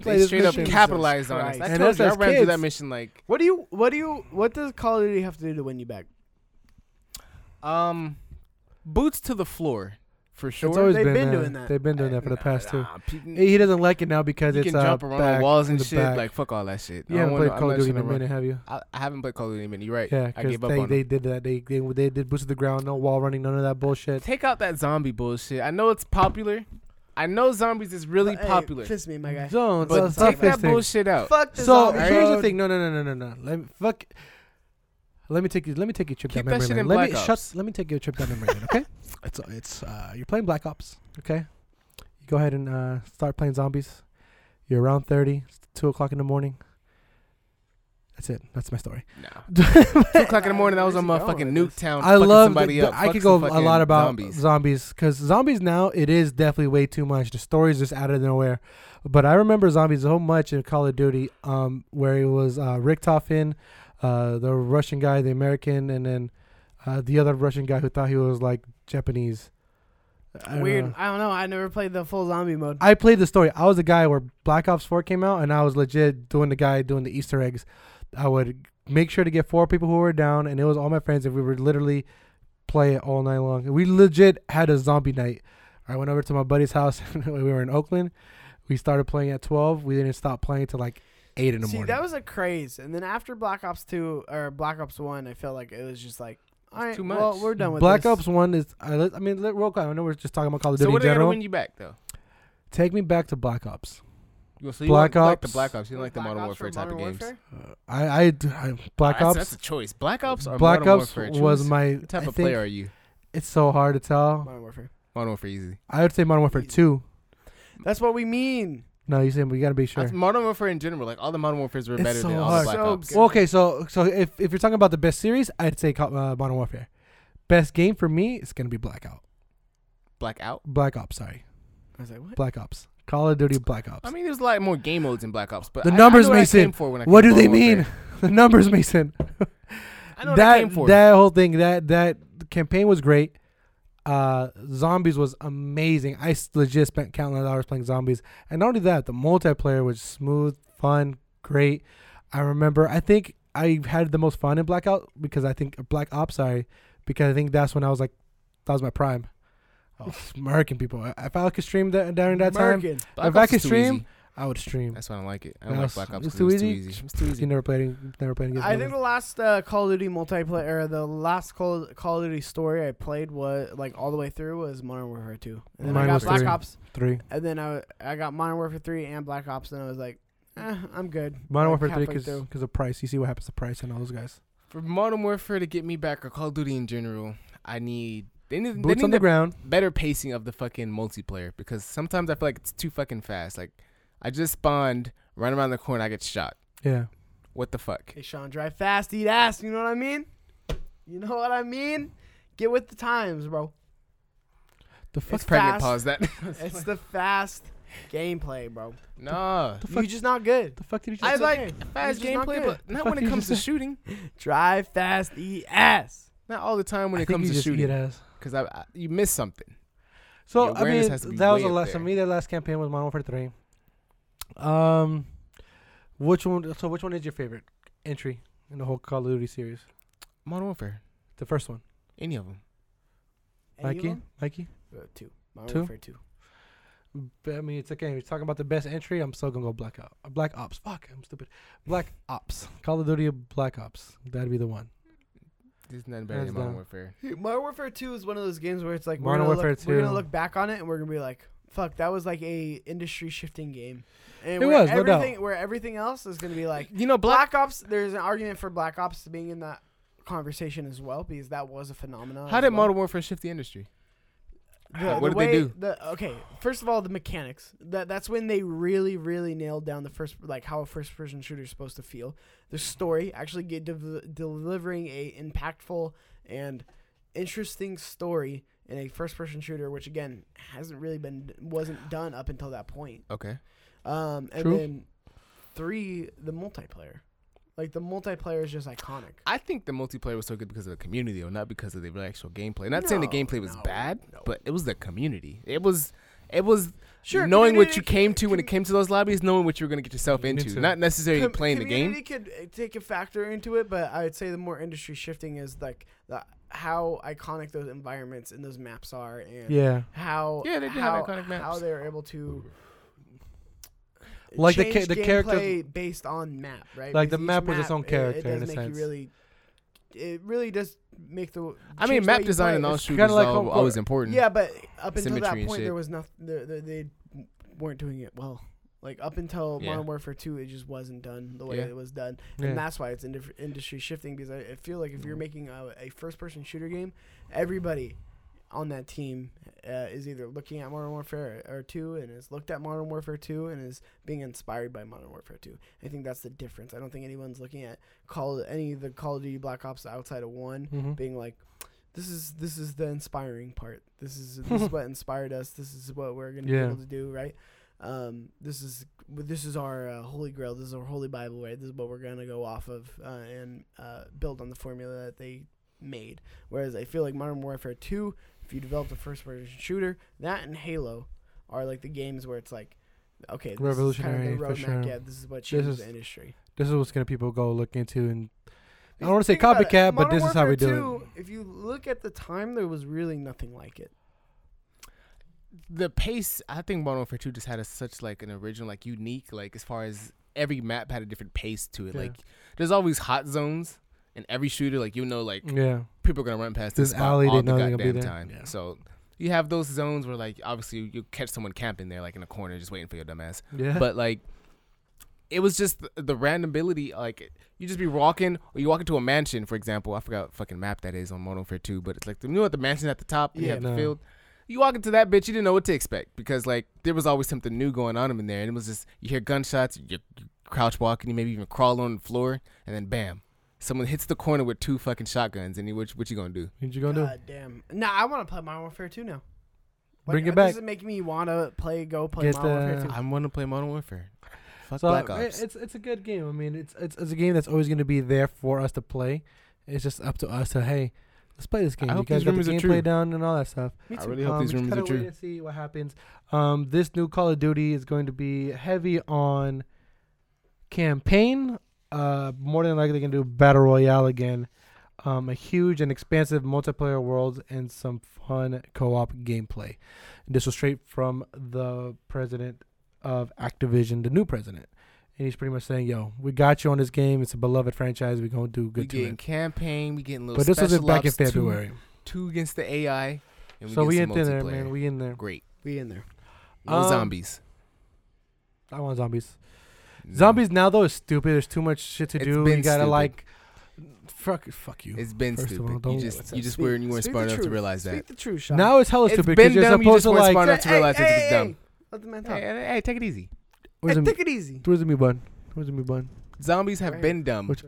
S2: play
S1: They
S2: this
S1: straight up
S2: mission.
S1: capitalized on us.
S3: Christ.
S1: I
S2: And
S1: told
S2: us
S1: you, I
S2: as
S1: ran through that
S2: kids-
S1: mission like,
S3: What do you? What do you? What does Call of Duty have to do to win you back?
S1: um, boots to the floor, for sure.
S2: It's always
S3: They've
S2: been,
S3: been
S2: there.
S3: doing that.
S2: They've been doing that for the past two.
S1: Nah, pe-
S2: He doesn't like it now because
S1: you
S2: it's
S1: can
S2: uh,
S1: jump around
S2: back
S1: on walls and
S2: to the
S1: shit.
S2: back.
S1: Like fuck all that shit.
S2: you
S1: I
S2: haven't
S1: don't wanna-
S2: played
S1: I'm
S2: Call
S1: not
S2: of
S1: just
S2: Duty in a
S1: gonna run-
S2: minute, have you?
S1: I, I haven't played Call of Duty in a minute. You're right.
S2: Yeah,
S1: I
S2: because
S1: gave up
S2: they,
S1: on
S2: they
S1: them.
S2: did that. They they they did boots to the ground, no wall running, none of that bullshit.
S1: Take out that zombie bullshit. I know it's popular. I know zombies is really
S3: Uh, hey,
S1: popular.
S3: fist me, my guy.
S2: Don't
S1: but
S2: stop
S1: take that
S2: fisting.
S1: bullshit out.
S3: Fuck this.
S2: So
S1: all right.
S2: here's the thing. No, no, no, no, no, no. Let me fuck. Let me take you. Let me take you a trip
S1: Keep
S2: down
S1: that
S2: memory
S1: shit
S2: lane.
S1: in
S2: Let
S1: Black
S2: me
S1: Ops.
S2: shut. Let me take you a trip down memory lane. Okay. It's it's uh, you're playing Black Ops. Okay. You go ahead and uh, start playing zombies. You're around thirty. It's two o'clock in the morning. That's it. That's my story.
S1: No. Two o'clock in the morning. I was on
S3: Where's
S1: my
S3: he going
S1: fucking
S3: with this?
S1: Nuketown.
S2: I
S1: fucking
S2: love.
S1: somebody
S2: that-
S1: up.
S2: I
S1: Fuck
S2: could go
S1: some
S2: a
S1: fucking
S2: lot about
S1: zombies.
S2: zombies because zombies now it is definitely way too much. The story's just out of nowhere. But I remember zombies so much in Call of Duty, um, where it was uh, Richtofen, uh, the Russian guy, the American, and then uh, the other Russian guy who thought he was like Japanese. I don't
S3: Weird.
S2: know.
S3: I don't know. I never played the full zombie mode.
S2: I played the story. I was the guy where Black Ops 4 came out, and I was legit doing the guy doing the Easter eggs. I would make sure to get four people who were down, and it was all my friends, and we would literally play it all night long. We legit had a zombie night. I went over to my buddy's house. we were in Oakland. We started playing at 12. We didn't stop playing till like 8 in the
S3: See,
S2: morning.
S3: that was a craze, and then after Black Ops Two or Black Ops One, I felt like it was just like, all right,
S1: too
S3: well,
S1: much.
S3: we're done with
S2: Black
S3: this.
S2: Ops 1 is, I, let- I mean, let- real quick, I know we're just talking about Call of Duty
S1: So
S2: in
S1: what are they gonna
S2: general.
S1: win you back though?
S2: Take me back to Black Ops.
S1: You- So you
S2: Black
S1: don't like the
S2: Ops.
S1: Black Ops. You don't like the
S3: Black
S1: Modern
S3: Ops
S1: Warfare
S3: or
S1: type of
S3: Modern
S1: games.
S3: Warfare?
S2: Uh, I, I, I Black
S1: Ah, That's-
S2: Ops.
S1: That's a choice. Black Ops or
S2: Black
S1: Modern
S2: Ops
S1: Warfare?
S2: was
S1: Choose.
S2: my
S1: What type
S2: I
S1: of
S2: think
S1: player are you?
S2: It's so hard to tell.
S3: Modern Warfare.
S1: Modern Warfare easy.
S2: I would say Modern Warfare
S3: Easy.
S2: Two.
S3: That's what we mean.
S2: No, you saying we gotta be sure.
S1: That's Modern Warfare in general, like all the Modern Warfares were
S2: It's
S1: better
S2: so
S1: than all
S2: hard.
S1: the Black
S3: So
S1: Ops.
S3: good.
S2: Well, okay, so so if, if you're talking about the best series, I'd say Co- uh, Modern Warfare. Best game for me is gonna be Blackout.
S1: Blackout.
S2: Black Ops, sorry,
S3: I was like, what?
S2: Black Ops. Call of Duty Black Ops.
S1: I mean, there's a lot more game modes in Black Ops, but
S2: The
S1: I- I
S2: numbers,
S1: know what I
S2: Mason.
S1: came for when I
S2: what do
S1: came to
S2: they
S1: Modern
S2: mean?
S1: Warfare.
S2: the numbers, Mason.
S1: I know what I
S2: that
S1: came for.
S2: that whole thing, that that campaign was great. Uh, zombies was amazing. I s- legit spent countless hours playing zombies, and not only that, the multiplayer was smooth, fun, great. I remember. I think I had the most fun in Blackout because I think Black Ops. Sorry, because I think that's when I was like, that was my prime. I was smirking people. If I could stream that during that time,
S3: Merkin.
S1: Black
S2: if I
S1: Ops
S2: could
S1: is too
S2: stream,
S1: easy.
S2: I would stream.
S1: that's why I don't like it. I
S2: No,
S1: don't like
S2: it's-
S1: Black Ops.
S2: it's
S1: 'cause
S2: too
S1: It's too
S2: easy.
S1: easy. It's too
S2: You
S1: easy.
S2: never played. Never played against.
S3: I think the last uh, Call of Duty multiplayer, or the last Call, Call of Duty story I played was like all the way through was Modern Warfare 2. And then
S2: Mine
S3: I got
S2: was
S3: Black
S2: three.
S3: Ops,
S2: three.
S3: and then I, I got Modern Warfare 3 and Black Ops, and I was like, eh, I'm good.
S2: Modern
S3: Like,
S2: Warfare three
S3: halfway through.
S2: because of price. You see what happens to price and all those guys.
S1: For Modern Warfare to get me back or Call of Duty in general, I need they need, they
S2: Boots on
S1: need
S2: the
S1: a
S2: ground.
S1: better pacing of the fucking multiplayer because sometimes I feel like it's too fucking fast. Like I just spawned, run around the corner, I get shot.
S2: Yeah.
S1: What the fuck?
S3: Hey, Sean, drive fast, eat ass. You know what I mean? You know what I mean? Get with the times, bro.
S2: The fuck.
S1: It's pregnant.
S3: fast.
S1: Pause that.
S3: It's the fast gameplay, bro.
S1: no,
S2: The fuck.
S3: You're just not good.
S2: the fuck did you just?
S1: I
S3: It's
S1: like
S3: okay.
S1: fast
S3: It's just not
S1: gameplay,
S3: good.
S1: but not when
S2: fuck
S1: it
S2: you
S1: comes to
S2: just
S1: shooting.
S3: Drive fast, eat ass.
S1: Not all the time when
S2: I
S1: it
S2: think
S1: comes
S2: you
S1: to
S2: just eat
S1: shooting
S2: ass.
S1: because I, I you miss something.
S2: So
S1: Your
S2: I
S1: awareness
S2: mean,
S1: has to be
S2: that was
S1: way
S2: the
S1: up
S2: last. For
S1: there.
S2: me, that last campaign was Modern Warfare three. Um, which one? So which one is your favorite entry in the whole Call of Duty series?
S1: Modern Warfare,
S2: The first one,
S1: any of them.
S3: Any of
S2: Mikey.
S3: them?
S2: Mikey.
S3: Uh, two. Modern
S2: Two?
S3: Warfare 2.
S2: But, I mean, it's okay. We're talking about the best entry. I'm still gonna go Black Ops. Black Ops. Fuck, I'm stupid. Black Ops. Call of Duty Black Ops. That'd be the one.
S1: There's nothing better
S2: Hands
S1: than Modern
S2: down.
S1: Warfare.
S3: Dude, Modern Warfare 2 is one of those games where it's like
S2: Modern
S3: we're, gonna
S2: Warfare
S3: look, we're
S2: 2.
S3: gonna look back on it and we're gonna be like, "Fuck, that was like a industry shifting game." And
S2: It
S3: where
S2: was, no doubt.
S3: everything where everything else is gonna be like
S1: You know, Black.
S3: Black Ops. There's an argument for Black Ops being in that conversation as well because that was a phenomenon.
S1: How
S3: as
S1: did
S3: well.
S1: Modern Warfare shift the industry?
S3: The,
S1: What
S3: the
S1: did they
S3: way-
S1: do?
S3: The, okay, first of all, the mechanics. That that's when they really, really nailed down the first, like how a first-person shooter is supposed to feel. The story actually get dev- delivering a impactful and interesting story in a first-person shooter, which again hasn't really been wasn't done up until that point.
S1: Okay.
S3: Um, and
S2: True.
S3: then three, the multiplayer. Like the multiplayer is just iconic.
S1: I think the multiplayer was so good because of the community, or not because of the actual gameplay. Not saying the
S3: No,
S1: gameplay was
S3: no,
S1: bad,
S3: no.
S1: but it was the community. It was, it was
S3: Sure,
S1: knowing what
S3: community
S1: you came
S3: can-
S1: to when it
S3: can-
S1: came to those lobbies, knowing what you were going to get yourself into,
S2: Into.
S1: not necessarily
S3: Com-
S1: playing the game.
S3: community could uh, take a factor into it, but I would say the more industry shifting is like the, how iconic those environments and those maps are, and
S2: Yeah.
S3: how
S1: Yeah, they do have
S3: how,
S1: iconic maps.
S3: How they're able to
S2: Like the
S3: change
S2: ca- the character-
S3: gameplay based on map, right?
S2: Like the
S3: each
S2: map was its own
S3: it- It,
S2: character in
S3: does
S2: a
S3: make
S2: sense.
S3: you really. It really does make
S1: I
S3: the. change
S1: mean,
S3: the way
S1: map
S3: you
S1: design
S3: play.
S1: and all
S3: It's-
S1: shooters
S2: like
S1: are
S2: home
S1: al-
S2: court.
S1: always important.
S3: Yeah, but up until
S1: Symmetry
S3: that
S1: and
S3: point,
S1: shit.
S3: there was nothing. They, they, they weren't doing it well. Like up until
S1: Yeah.
S3: Modern Warfare Two, it just wasn't done the way
S1: Yeah. Mm.
S3: it was done.
S2: Yeah.
S3: and that's why it's indif- industry shifting because I, I feel like if you're making a, a first-person shooter game, everybody on that team uh, is either looking at Modern Warfare or two and has looked at Modern Warfare two and is being inspired by Modern Warfare two. I think that's the difference. I don't think anyone's looking at call any of the Call of Duty Black Ops outside of one
S2: Mhm.
S3: being like. This is this is the inspiring part. This is this is what inspired us. This is what we're gonna
S2: Yeah.
S3: be able to do, right? um, this is this is our uh, holy grail. This is our holy Bible, right? This is what we're gonna go off of uh, and uh, build on the formula that they made. Whereas I feel like Modern Warfare Two, if you develop the first person shooter, that and Halo are like the games where it's like, okay, this
S2: Revolutionary,
S3: is
S2: for
S3: kind of the roadmap.
S2: sure.
S3: Yeah, this is what changes
S2: is-
S3: the industry.
S2: This is what's gonna people go look into, and I
S3: If
S2: don't
S3: you
S2: wanna say
S3: think about it,
S2: copycat, but
S3: Modern
S2: this is how we
S3: Warfare
S2: do it.
S3: 2, If you look at the time, there was really nothing like it.
S1: the pace. I think Modern Warfare Two just had a, such like an original, like unique, like as far as every map had a different pace to it.
S2: Yeah.
S1: Like there's always hot zones in every shooter. Like you know, like
S2: yeah,
S1: people are gonna run past
S2: Mm. This
S1: this, spot
S2: alley, they
S1: all the
S2: know they're gonna
S1: goddamn
S2: be there.
S1: time.
S2: Yeah.
S1: So you have those zones where like obviously you catch someone camping there like in a corner just waiting for your dumbass.
S2: yeah.
S1: But like it was just the, the randomability. Like you just be walking or you walk into a mansion, for example. I forgot what fucking map that is on Modern Warfare 2, but it's like you know what the mansion at the top. Yeah, you
S3: Yeah.
S1: have
S2: No.
S1: the field. You walk into that bitch, you didn't know what to expect because like there was always something new going on in there, and it was just you hear gunshots, you, you crouch walking, you maybe even crawl on the floor, and then bam, someone hits the corner with two fucking shotguns, and you, what, you- what you gonna do?
S2: what you gonna
S3: God damn. Nah, I want to play Modern Warfare Two now. Like,
S2: Bring it
S3: uh,
S2: back.
S3: This is making me want to play. Go play
S2: Get
S3: Modern Warfare
S2: the-
S3: 2.
S1: I want to play Modern Warfare. Fuck
S2: So
S1: Black
S2: uh,
S1: Ops.
S2: it's it's a good game. I mean, it's it's, it's a game that's always going to be there for us to play. It's just up to us to hey, let's play this game.
S1: I
S2: you
S1: hope
S2: guys
S1: these
S2: got the
S1: rumors are
S2: gameplay
S1: true.
S2: down and all that stuff.
S3: Me
S1: I
S3: too.
S1: really hope
S2: Um,
S1: these
S2: we just
S1: rumors are
S2: gotta Wait
S1: true.
S2: and see what happens. Um, this new Call of Duty is going to be heavy on campaign. Uh, more than likely, they're gonna do battle royale again. Um, a huge and expansive multiplayer world and some fun co-op gameplay. This was straight from the president of Activision, the new president, and he's pretty much saying, "Yo, we got you on this game. It's a beloved franchise. We're gonna do
S1: we
S2: good to
S1: getting
S2: it."
S1: campaign. We getting little.
S2: But this was
S1: special
S2: back in
S1: ops, two-
S2: February,
S1: Two, against the AI. And we
S2: so
S1: get
S2: we
S1: some
S2: in there,
S1: multiplayer.
S2: man. We in there.
S1: Great.
S3: We in there.
S1: No
S2: Um,
S1: zombies.
S2: I want zombies.
S1: No.
S2: Zombies now though is stupid. There's too much shit to
S1: It's
S2: do.
S1: been
S2: You gotta
S1: stupid.
S2: like, fuck, fuck you.
S1: It's been
S2: First of all,
S1: stupid.
S2: don't-
S1: you
S2: what's
S1: just
S2: that?
S1: you just
S3: Speak-
S1: weren't you weren't
S3: speak
S1: smart
S3: the
S1: enough to
S3: truth.
S1: realize that.
S3: Speak the truth, Sean.
S2: now it's hella
S1: It's been
S2: stupid because you're
S1: dumb, you
S2: supposed
S1: just
S2: to
S1: weren't
S2: like.
S1: smart enough to realize
S3: hey,
S1: it's
S3: hey,
S1: dumb.
S3: hey, Let the man
S1: Hey,
S3: talk.
S1: hey, hey, take it easy.
S2: Where's
S3: Hey,
S2: the
S3: take it easy.
S2: where's the me bun? Where's the me bun?
S1: Zombies have
S3: Right.
S1: been dumb.
S2: Which-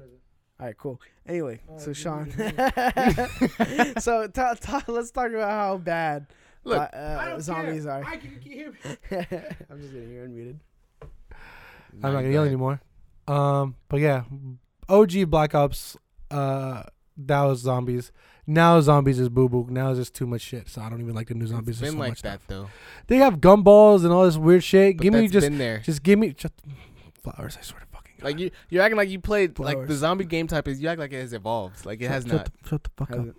S3: All right, cool. Anyway,
S2: All
S3: so
S2: right,
S3: Sean,
S2: we
S3: so ta ta let's talk about how bad
S1: Look,
S3: uh, uh, zombies are.
S2: I can hear me.
S3: I'm just kidding. You're unmuted.
S2: I'm not
S1: Nah,
S2: gonna
S1: go
S2: yell
S1: ahead.
S2: anymore. Um, but yeah, OG Black Ops. Uh, that was zombies. Now zombies is boo boo. Now it's just too much shit. So I don't even like the new zombies.
S1: It's
S2: There's
S1: been
S2: so
S1: like
S2: much
S1: that though.
S2: stuff. They have gumballs and all this weird shit.
S1: But
S2: give me
S1: that's
S2: just,
S1: been there.
S2: just give me just flowers. I swear to fucking God.
S1: Like you, you're acting like you played like the
S2: Flowers.
S1: zombie game type is. You act like it has evolved. Like it has
S2: shut,
S1: not.
S2: The, shut the fuck up.
S3: Hasn't.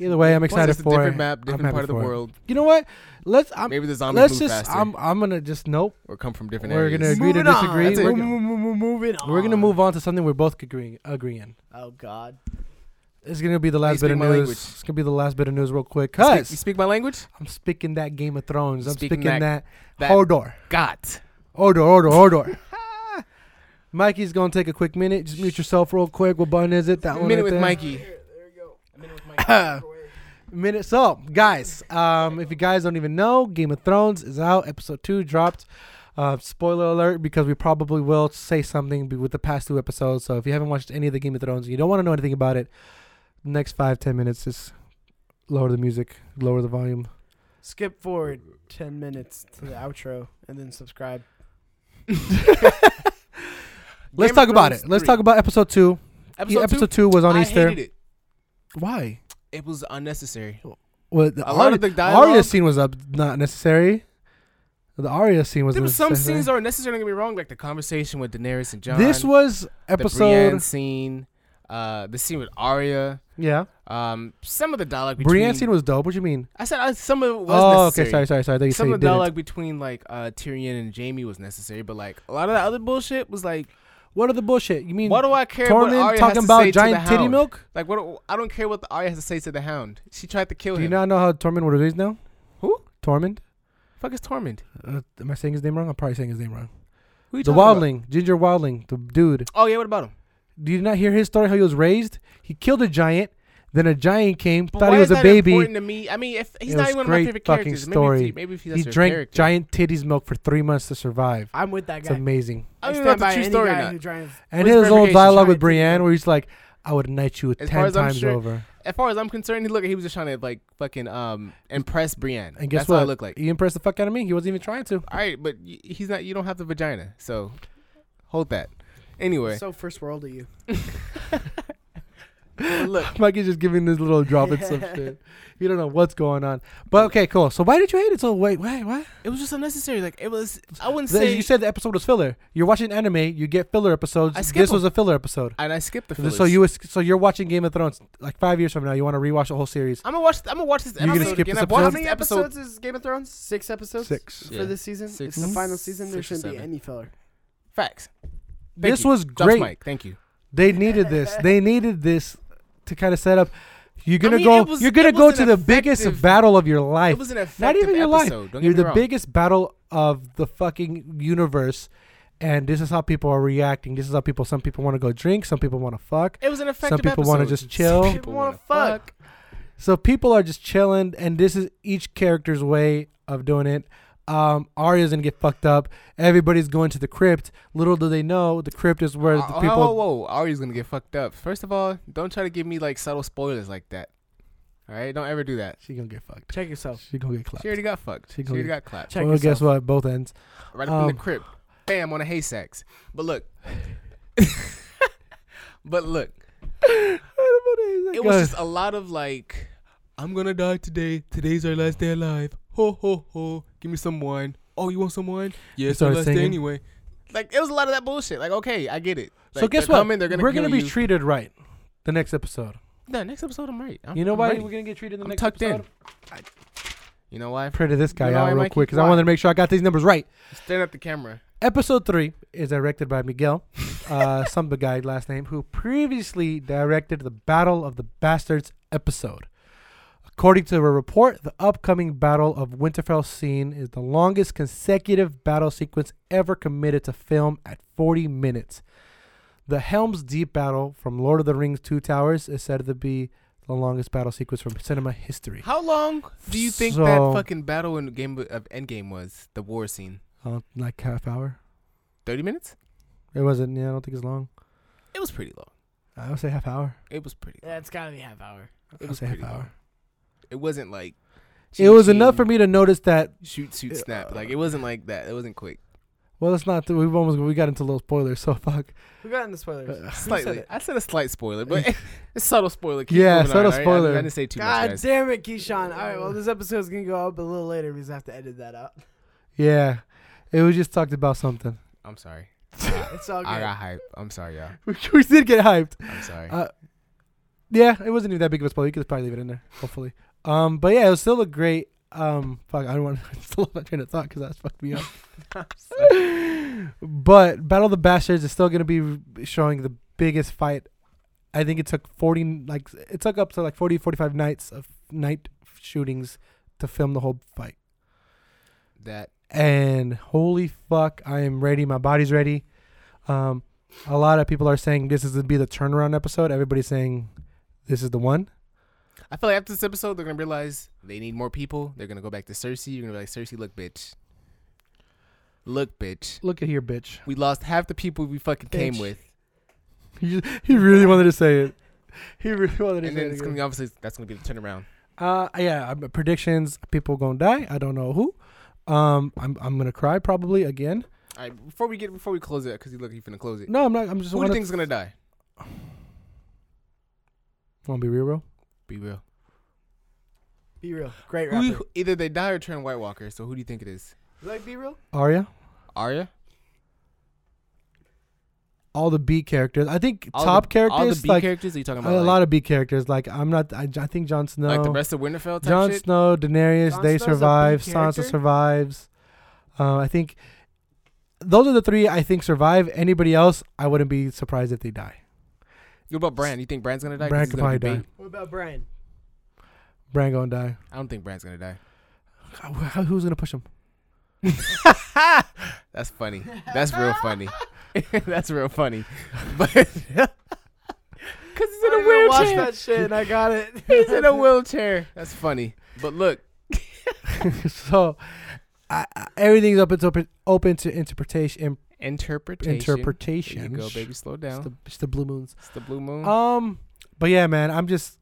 S2: Either way, I'm
S1: Plus,
S2: excited
S1: it's a
S2: for
S1: different
S2: it.
S1: map, different
S2: happy
S1: part of the
S2: for it.
S1: world.
S2: You know what? Let's I'm
S1: Maybe the zombies
S2: let's
S1: move
S2: just
S1: faster
S2: I'm I'm gonna just nope.
S1: or come from different
S2: we're
S1: areas.
S2: gonna agree to
S3: Moving on.
S2: disagree.
S1: That's it.
S2: We're,
S1: Mo-
S2: gonna-
S3: Moving on.
S2: we're gonna move on to something we're both agreeing agreeing.
S3: Oh God.
S2: It's gonna be the last
S1: speak
S2: bit of
S1: my
S2: news.
S1: language.
S2: It's gonna be the last bit of news real quick.
S1: You speak-
S2: because
S1: you speak my language?
S2: I'm speaking that Game of Thrones. I'm
S1: Speaking
S2: speaking, that,
S1: that-
S2: Hodor.
S1: Got.
S2: Hodor, Hodor, Hodor. Mikey's gonna take a quick minute. Just mute yourself real quick. What button is it? That one.
S1: Minute
S2: right
S1: with
S2: there?
S1: Mikey.
S2: minute. So, guys, um, if you guys don't even know, Game of Thrones is out. Episode two dropped. Uh, spoiler alert, because we probably will say something be- with the past two episodes. So if you haven't watched any of the Game of Thrones, and you don't want to know anything about it. Next five ten minutes, just lower the music, lower the volume.
S3: Skip forward ten minutes to the outro and then subscribe.
S2: Let's
S1: Game
S2: talk
S1: of
S2: about
S1: Thrones
S2: it. Let's
S1: three.
S2: talk about episode two.
S1: Episode,
S2: Yeah,
S1: two.
S2: two? was on
S1: I
S2: Easter.
S1: hated it.
S2: Why?
S1: It was unnecessary.
S2: Well, the
S1: A lot
S2: Arya,
S1: of the
S2: Arya
S1: dialogue.
S2: scene was up, not necessary. The Arya scene was.
S1: There were some
S2: necessary.
S1: scenes that were necessary. Don't get me wrong, like the conversation with Daenerys and Jon.
S2: This was
S1: the
S2: episode.
S1: Brienne scene, uh, the scene with Arya.
S2: Yeah,
S1: Um, some of the dialogue between
S2: Brienne scene was dope. What do you mean?
S1: I said uh, some of it was
S2: Oh,
S1: necessary.
S2: okay. Sorry, sorry, sorry. I thought you
S1: some
S2: said
S1: of the
S2: you didn't.
S1: dialogue between like uh, Tyrion and Jamie was necessary, but like a lot of the other bullshit was like,
S2: What are the bullshit? You mean
S1: what do I care? what
S2: Tormund
S1: Arya
S2: talking
S1: has to
S2: about
S1: say to the
S2: giant titty
S1: hound?
S2: milk?
S1: Like what? do- I don't care what the Arya has to say to the Hound. She tried to kill
S2: Do you
S1: him.
S2: not know how Tormund was raised now?
S1: Who?
S2: Tormund?
S1: Fuck is Tormund?
S2: Uh, am I saying his name wrong? I'm probably saying his name wrong.
S1: Who you
S2: The
S1: talking about?
S2: wildling, Ginger Wildling, the dude.
S1: Oh yeah, what about him?
S2: Do you not hear his story? How he was raised? He killed a giant. Then a giant came,
S1: But
S2: thought
S1: why
S2: he was
S1: is
S2: a
S1: that
S2: baby.
S1: Important to me. I mean, if he's
S2: It
S1: not
S2: was
S1: even one of my
S2: great
S1: favorite
S2: fucking
S1: characters,
S2: story.
S1: maybe if, he, maybe if he's
S2: He
S1: your
S2: drank
S1: character.
S2: giant titties milk for three months to survive.
S3: I'm with that
S2: It's
S3: guy.
S2: amazing.
S1: I don't even know
S3: stand
S1: if it's
S3: by
S1: a true
S3: any
S1: story or
S3: guy
S1: not.
S3: who drives-
S2: And
S1: Where's
S2: his little
S1: verification?
S2: dialogue
S3: Sorry,
S2: with
S3: titty
S2: Brienne,
S3: milk.
S2: where he's like, "I would knight you
S1: As far
S2: ten
S1: as I'm
S2: times
S1: sure-
S2: over."
S1: As far as I'm concerned, he look he was just trying to like fucking um impress Brienne.
S2: And guess
S1: That's
S2: what?
S1: what I look like.
S2: He impressed the fuck out of me. He wasn't even trying to.
S1: All right, but y- he's not. You don't have the vagina, so hold that. Anyway,
S3: So first world of you.
S1: look,
S2: Mikey's just giving this little drop and some shit. You don't know what's going on. But okay, cool. So why did you hate it so wait, wait, what?
S1: it was just unnecessary. Like it was. I wouldn't
S2: The-
S1: say.
S2: you said the episode was filler. You're watching anime, you get filler episodes.
S1: I skip
S2: This
S1: 'em.
S2: was a filler episode.
S1: and I skipped the.
S2: So-
S1: Fillers.
S2: So you was, so you're watching Game of Thrones like five years from now. You want to rewatch the whole series?
S1: I'm gonna watch. I'm gonna watch this.
S2: You gonna
S1: episode
S2: skip
S1: again.
S2: this
S1: I've
S2: episode?
S1: watched
S3: How
S2: How
S1: this
S3: many
S1: episode.
S3: episodes is Game of Thrones? Six episodes.
S2: Six.
S3: for
S1: Yeah.
S3: this season.
S1: Six.
S3: It's the final season. There
S1: Six or
S3: shouldn't be
S1: seven.
S3: any filler.
S1: Facts. Thank
S2: This
S1: you.
S2: was
S1: Drops
S2: great.
S1: mic. Thank you.
S2: They needed this. they needed this to kind of set up. You're gonna
S1: mean,
S2: go.
S1: it was-
S2: you're gonna
S1: it
S2: go
S1: was
S2: to
S1: an
S2: the biggest
S1: effective-
S2: battle of your life.
S1: It was an effective
S2: Not even your life.
S1: episode. Don't
S2: you're
S1: get me
S2: the
S1: wrong.
S2: biggest battle of the fucking universe, and this is how people are reacting. This is how people. Some people want to go drink. Some people want to fuck.
S1: It was an effective.
S2: people
S1: want
S2: wanna
S1: to
S2: just chill. Some
S3: people
S1: want
S3: wanna
S1: to
S3: fuck.
S2: So people are just chilling, and this is each character's way of doing it. Um, Arya's gonna get fucked up. Everybody's going to the crypt. Little do they know, the crypt is where the
S1: Oh,
S2: people.
S1: Whoa, whoa, whoa! Ari's gonna get fucked up. First of all, don't try to give me like subtle spoilers like that. All right, don't ever do that.
S2: She gonna get fucked.
S3: Check yourself.
S2: She gonna get
S1: oh.
S2: clapped.
S1: She already got fucked.
S2: She
S1: She,
S2: gonna
S1: already got
S2: get-
S1: clapped.
S3: Check
S2: well, guess
S3: yourself.
S2: what? Both ends.
S1: Right up in
S2: Um,
S1: the crib. Bam on a hay sacks. But look. but look. It
S2: uh,
S1: was just a lot of like, I'm gonna die today. Today's our last day alive. Ho ho ho. Give me some wine. Oh, you want some wine? Yeah, it's our
S2: started
S1: last day
S2: singing.
S1: anyway. Like it was a lot of that bullshit. Like, okay, I get it.
S2: so
S1: Like,
S2: guess
S1: they're
S2: what?
S1: coming, they're gonna
S2: We're gonna
S1: kill
S2: be
S1: you.
S2: treated right. The next episode.
S1: No, next episode I'm right. I'm,
S2: You know
S1: I'm
S2: why
S1: ready.
S2: we're gonna get treated in the
S1: I'm
S2: next
S1: tucked in.
S2: episode?
S1: You know why?
S2: Printed this guy
S1: You know why,
S2: out real
S1: Mikey?
S2: quick because I
S1: Why?
S2: wanted to make sure I got these numbers right.
S1: Staring at the camera.
S2: Episode three is directed by Miguel, uh, some guy last name, who previously directed the Battle of the Bastards episode. According to a report, the upcoming Battle of Winterfell scene is the longest consecutive battle sequence ever committed to film at 40 minutes. The Helm's Deep battle from Lord of the Rings Two Towers is said to be the longest battle sequence from cinema history.
S1: How long do you think
S2: So-
S1: that fucking battle in the game of Endgame was? The war scene.
S2: Uh, like half hour?
S1: Thirty minutes?
S2: It wasn't, yeah, I don't think it's long.
S1: It was pretty long.
S2: I would say half hour.
S1: It was pretty. Long.
S3: Yeah, it's gotta be half hour.
S2: I
S1: It
S2: would
S1: was
S2: say half
S1: pretty long.
S2: hour.
S1: It wasn't like.
S2: It was
S1: ching,
S2: enough for me to notice that
S1: ching, Shoot, shoot, snap. Like it wasn't like that. It wasn't quick.
S2: Well, it's not. We've almost we got into little spoilers, so fuck.
S3: We got into
S2: Uh,
S3: spoilers. Who said
S1: Uh, Slightly.
S3: it?
S1: I said a slight spoiler, but it's subtle spoiler. Keep
S2: Yeah,
S1: moving on,
S2: subtle
S1: all right? I-
S2: spoiler.
S1: I, didn't say too much.
S3: God
S1: Guys.
S3: damn it, Keyshawn. All right, well, this episode's gonna go up a little later because I have to edit that out.
S2: Yeah, it was just talked about something.
S1: I'm sorry.
S3: It's all
S1: I
S3: good.
S1: got hype. I'm sorry, y'all.
S2: We, we did get hyped.
S1: I'm sorry.
S2: Uh, Yeah, it wasn't even that big of a spoiler. You could probably leave it in there, hopefully. Um, but yeah, it was still a great. Um, fuck, I don't want. I'm still on my train of thought because that's fucked me up. but Battle of the Bastards is still gonna be showing the biggest fight. I think it took forty like it took up to like 40, 45 nights of night shootings to film the whole fight.
S1: that
S2: and holy fuck, I am ready. My body's ready. Um, a lot of people are saying this is to be the turnaround episode. Everybody's saying this is the one.
S1: I feel like after this episode, they're gonna realize they need more people. They're gonna go back to Cersei. You're gonna be like, Cersei, look, bitch. Look, bitch.
S2: Look at here, bitch.
S1: We lost half the people we fucking came
S3: Bitch.
S1: with,
S2: He, he really wanted to say it. He really wanted to
S1: and
S2: say
S1: then
S2: it.
S1: it's
S2: again.
S1: gonna be obviously that's gonna be the turnaround.
S2: Uh, yeah, um, predictions. People gonna die. I don't know who. Um, I'm I'm gonna cry probably again.
S1: All right, before we get before we close it, because you look, you finna close it.
S2: No, I'm not. I'm just.
S1: Who do
S2: Mm, Wanna,
S1: you think's gonna die?
S2: wanna be real, bro?
S1: Be real.
S3: Be real. Great
S1: Who,
S3: rapper.
S1: who- either they die or turn White Walker. So who do you think it is?
S3: You like be real?
S2: Arya.
S1: Arya.
S2: All the B characters. I think
S1: All
S2: top
S1: the,
S2: characters.
S1: All the B
S2: like
S1: characters. Are you talking
S2: a
S1: about like,
S2: lot of B characters. Like I'm not. I, I think Jon Snow.
S1: like the rest of Winterfell type
S2: Jon
S1: shit?
S2: Snow, Daenerys,
S3: Jon
S2: they
S3: Snow's a big
S2: survive. Sansa
S3: character.
S2: survives. Uh, I think those are the three I think survive. Anybody else, I wouldn't be surprised if they die.
S1: What about Bran? You think Bran's gonna die?
S2: Bran
S1: 'Cause he's
S2: could
S1: gonna
S2: probably
S1: be
S2: die.
S1: bait.
S3: What about Brian?
S2: Bran gonna die.
S1: I don't think Bran's gonna die.
S2: Wh- Who's gonna push him?
S1: That's funny. That's real funny. That's real funny. But because he's in a
S3: Watch
S1: wheelchair.
S3: that shit. and I got it.
S1: He's in a wheelchair. That's funny. But look,
S2: so I, I, everything's up. It's open open to interpretation. im-
S1: interpretation.
S2: Interpretation.
S1: There you go, baby. Slow
S2: It's
S1: down.
S2: the, it's the blue moons.
S1: It's the blue moon.
S2: Um, but yeah, man, I'm just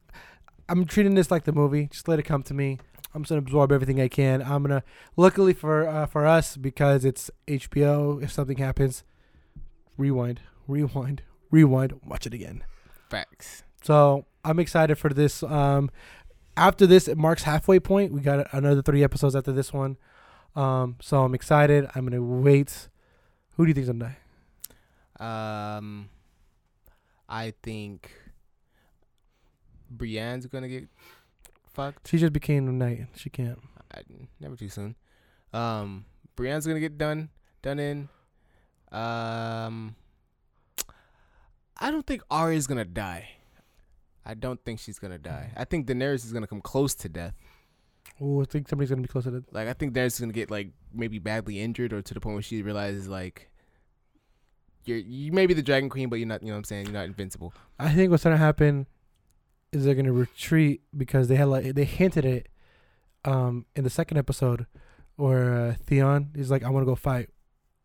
S2: I'm treating this like the movie. Just let it come to me. I'm just gonna absorb everything I can. I'm gonna luckily for uh, for us because it's HBO. If something happens, rewind, rewind, rewind, watch it again.
S1: Facts.
S2: So I'm excited for this. Um, after this, it marks halfway point. We got another three episodes after this one. Um, so I'm excited. I'm gonna wait. Who do you think's gonna die?
S1: Um, I think Brienne's gonna get fucked.
S2: She just became a knight. She can't.
S1: I, never too soon. Um, Brienne's gonna get done done in. Um, I don't think Arya's gonna die. I don't think she's gonna die.
S2: Mm-hmm.
S1: I think Daenerys is gonna come close to death.
S2: Oh, I think somebody's gonna be close to the
S1: Like I think Daenerys is gonna get like maybe badly injured or to the point where she realizes like you're you may be the Dragon Queen, but you're not. You know what I'm saying? You're not invincible.
S2: I think what's gonna happen is they're gonna retreat because they had like they hinted it um, in the second episode where uh, Theon is like, I want to go fight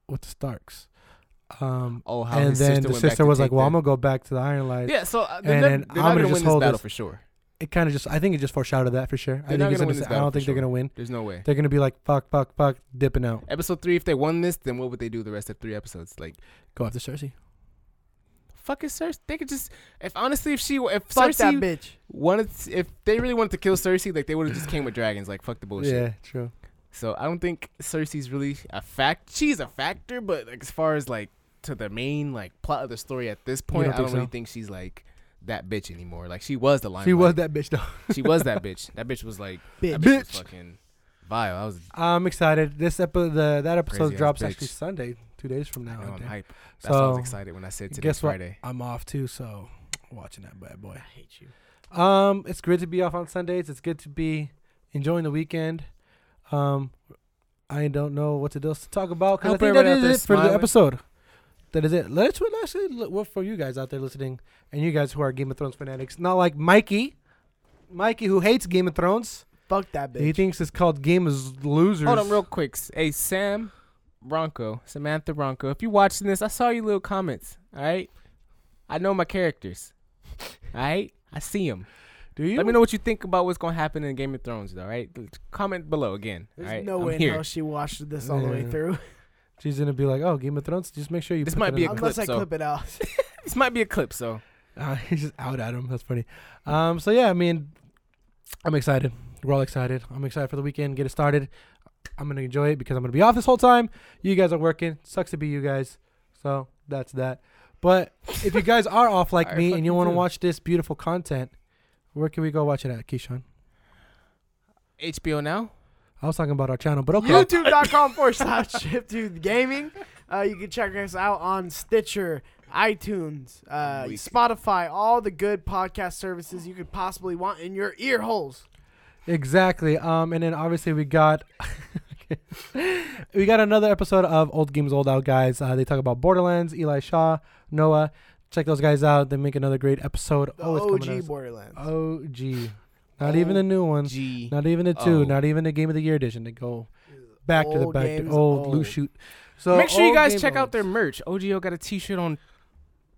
S2: with the Starks, um,
S1: Oh, how
S2: and
S1: his
S2: then
S1: sister
S2: the
S1: went back
S2: sister
S1: to
S2: was like,
S1: take
S2: Well,
S1: the-
S2: I'm gonna go back to the Iron Light,
S1: yeah. So uh,
S2: and
S1: they're, not-
S2: then
S1: they're
S2: I'm
S1: not
S2: gonna
S1: gonna
S2: just
S1: win this
S2: hold
S1: battle
S2: this-
S1: for sure.
S2: it kind of just I think it just foreshadowed that for sure. I
S1: not
S2: think it's
S1: gonna win
S2: gonna-
S1: this
S2: I
S1: battle
S2: don't
S1: for
S2: think
S1: sure.
S2: they're gonna win.
S1: There's no way.
S2: They're gonna be like fuck, fuck, fuck, dipping out.
S1: Episode three, if they won this, then what would they do the rest of three episodes? Like,
S2: Go after Cersei.
S1: fuck it, Cersei. They could just, if honestly, if she, if
S3: Fuck that
S1: Cersei
S3: bitch.
S1: wanted, if they really wanted to kill Cersei, like they would have just came with dragons. Like, fuck the bullshit.
S2: Yeah, true.
S1: So I don't think Cersei's really a fact. She's a factor, but like, as far as like to the main like plot of the story at this point,
S2: don't
S1: I
S2: think
S1: don't really
S2: so?
S1: think she's like that bitch anymore. Like she was the line.
S2: She was that bitch though.
S1: she was that bitch. That bitch was like
S3: Bitch.
S1: that bitch. was
S2: Bitch.
S1: fucking vile. I was.
S2: I'm excited. This episode, the that episode
S1: Crazy ass
S2: drops
S1: bitch.
S2: actually Sunday, two days from now.
S1: I know I'm
S2: Oh, damn.
S1: hype. That's why I was
S2: So,
S1: excited when I said today's
S2: guess what?
S1: Friday.
S2: I'm off too, so watching that bad boy.
S3: I hate you.
S2: Um, it's good to be off on Sundays. It's good to be enjoying the weekend. Um, I don't know what to else to talk
S1: I
S2: about because I,
S1: hope
S2: think that
S1: everybody out
S2: is
S1: there
S2: it for the
S1: smiling.
S2: episode. That is it. Let's what actually look- what for you guys out there listening and you guys who are Game of Thrones fanatics, not like Mikey, Mikey who hates Game of Thrones.
S3: Fuck that bitch.
S2: He thinks it's called Game of Losers.
S1: Hold on, real quick. S- Hey, Sam Bronco, Samantha Bronco. If you're watching this, I saw your little comments. All right, I know my characters. All right, I see them.
S2: Do you?
S1: Let me know what you think about what's gonna happen in Game of Thrones, though. Right? Comment below again.
S3: There's
S1: all right?
S3: no
S1: I'm
S3: way in
S1: here.
S3: hell she watched this all the way
S2: Yeah.
S3: through.
S2: She's gonna be like, "Oh, Game of Thrones." Just make sure you.
S1: This
S2: put
S1: might
S2: that
S1: be
S2: in
S1: a
S2: the-
S3: Unless I
S1: so-
S3: clip it out.
S1: This might be a clip, so
S2: Uh, he's just out at him. That's funny. Um, so yeah, I mean, I'm excited. We're all excited. I'm excited for the weekend. Get it started. I'm gonna enjoy it because I'm gonna be off this whole time. You guys are working. Sucks to be you guys. So that's that. But if you guys are off like
S1: I
S2: me and you
S1: fucking
S2: want to
S1: do.
S2: watch this beautiful content, where can we go watch it at, Keyshawn?
S1: HBO now.
S2: I was talking about our channel, but okay.
S3: YouTube.com forward slash Shift to Gaming. Uh, you can check us out on Stitcher, iTunes, uh,
S1: Weak.
S3: Spotify, all the good podcast services you could possibly want in your ear holes.
S2: Exactly. Um, and then obviously we got we got another episode of Old Games Old Out guys. Uh, they talk about Borderlands, Eli Shaw, Noah. Check those guys out. They make another great episode.
S3: The
S2: Always Oh, coming Oh.
S3: OG
S2: out.
S3: Borderlands.
S2: OG. Not even the new one.
S1: G.
S2: Not even the two.
S1: Oh.
S2: Not even the Game of the Year edition. They go back to the
S3: Old
S2: back to
S3: games
S2: old, loose
S3: old.
S2: shoot. So
S1: Make sure you
S2: Old
S1: guys
S2: Game
S1: check out
S2: Olds.
S1: their merch. OGO got a T-shirt on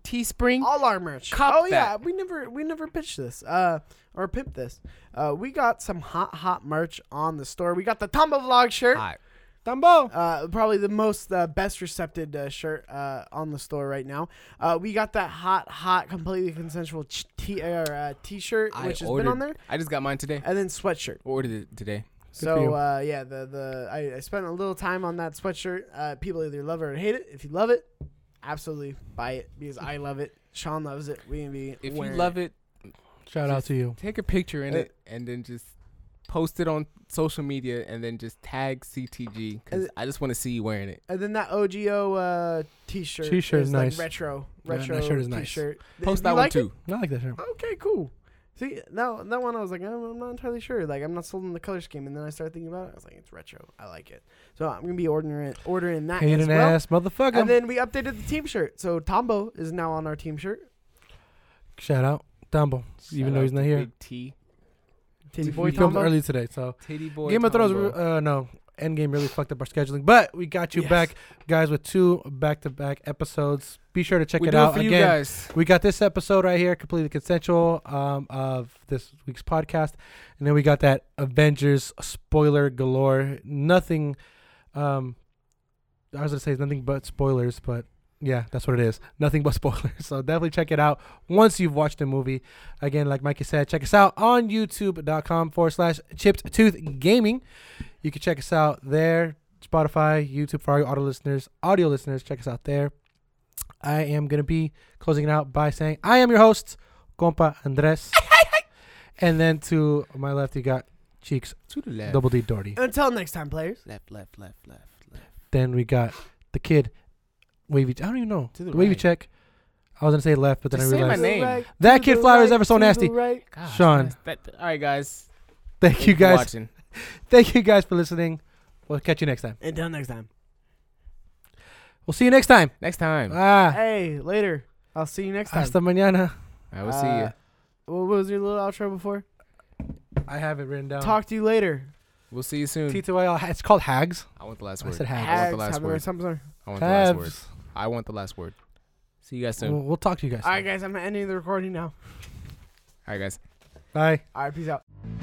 S1: Teespring.
S3: all our merch.
S1: Cop
S3: oh yeah,
S1: that.
S3: we never we never pitched this uh or pipped this. Uh, we got some hot hot merch on the store. We got the Tomba Vlog shirt.
S1: Hot.
S2: Dumbo.
S3: Uh, probably the most uh, best recepted uh, shirt uh, on the store right now. Uh, we got that hot, hot, completely consensual ch- t- uh, uh, t-shirt
S1: I
S3: which has
S1: ordered.
S3: been on there,
S1: I just got mine today.
S3: and then sweatshirt.
S1: Ordered it today.
S2: you.
S3: So uh, yeah, the the I, I spent a little time on that sweatshirt. Uh, people either love it or hate it. If you love it, absolutely buy it because I love it. Sean loves it. We can be
S1: If
S3: wearing
S1: you love it,
S2: Shout out to you.
S1: take a picture in
S2: Uh,
S1: it and then just post it on social media and then just tag CTG because
S3: Uh,
S1: I just want to see you wearing it.
S3: And then that OGO uh, t-shirt.
S2: T-shirt
S3: is
S2: is nice.
S3: Like retro,
S2: Yeah, that
S3: retro
S2: shirt is nice.
S3: t-shirt.
S1: Post
S3: You
S1: that
S3: like it?
S1: one too.
S2: I like that shirt.
S3: Okay, cool. See, that, that one I was like, I'm, I'm not entirely sure. Like, I'm not sold on the color scheme. And then I started thinking about it. I was like, it's retro. I like it. So I'm going to be ordering it, ordering that
S2: Hating
S3: as well.
S2: ass motherfucker.
S3: And then we updated the team shirt. So Tombo is now on our team shirt.
S2: shout out Dumbo. Even
S1: Shout
S2: though
S1: out
S2: he's
S1: to
S2: not here.
S1: Big T.
S3: Titty
S2: We
S3: boy
S2: filmed
S3: Tombo.
S2: early today, so
S1: Titty boy.
S2: Game of Thrones,
S1: Tombo.
S2: uh, no, Endgame really fucked up our scheduling, but we got you
S3: Yes.
S2: back, guys, with two back-to-back episodes. Be sure to check
S1: we
S2: it
S1: do
S2: out
S1: for
S2: again.
S1: you guys.
S2: We got this episode right here, completely consensual um, of this week's podcast, and then we got that Avengers spoiler galore. Nothing, um, I was gonna say nothing but spoilers, but yeah, that's what it is. Nothing but spoilers. So definitely check it out once you've watched the movie. Again, like Mikey said, check us out on YouTube.com forward slash Chipped Tooth Gaming. You can check us out there. Spotify, YouTube for all your audio listeners, audio listeners, check us out there. I am gonna be closing it out by saying I am your host, compa Andres. and then to my left you got Cheeks
S1: To the left.
S2: Double D Doherty.
S3: Until next time, players.
S1: Left, left, left, left, left.
S2: Then we got the kid Wavy I don't even know.
S1: To the
S2: wavy
S1: right.
S2: check. I was gonna say left, but then
S1: Just
S2: I
S1: say my
S2: realized
S1: name.
S2: That kid Flowers ever so nasty.
S3: Right.
S1: Gosh,
S2: Sean.
S1: that's- that- all right, guys.
S2: Thank you
S1: for
S2: guys.
S1: watching.
S2: Thank you guys for listening. We'll catch you next time.
S3: Until next time.
S2: We'll see you next time.
S1: Next time.
S2: Ah
S3: Hey, later. I'll see you next time.
S2: hasta mañana.
S1: I will see
S3: Uh,
S1: you.
S3: What was your little outro before?
S2: I have it written
S1: Oh.
S2: down.
S3: Talk to you later.
S1: We'll see you soon.
S2: T2YL. It's called Hags.
S1: I want the last
S2: I
S1: word.
S2: said
S1: I want
S2: hags.
S1: the
S3: Hags,
S1: last
S3: have a
S1: word.
S3: nice summer.
S1: I want the last word.
S2: Hags.
S1: I want the last word. See you guys soon.
S2: We'll, we'll talk to you guys.
S3: All right, guys, I'm ending the recording
S1: All
S3: now.
S1: right, guys.
S2: Bye.
S3: All right, peace out.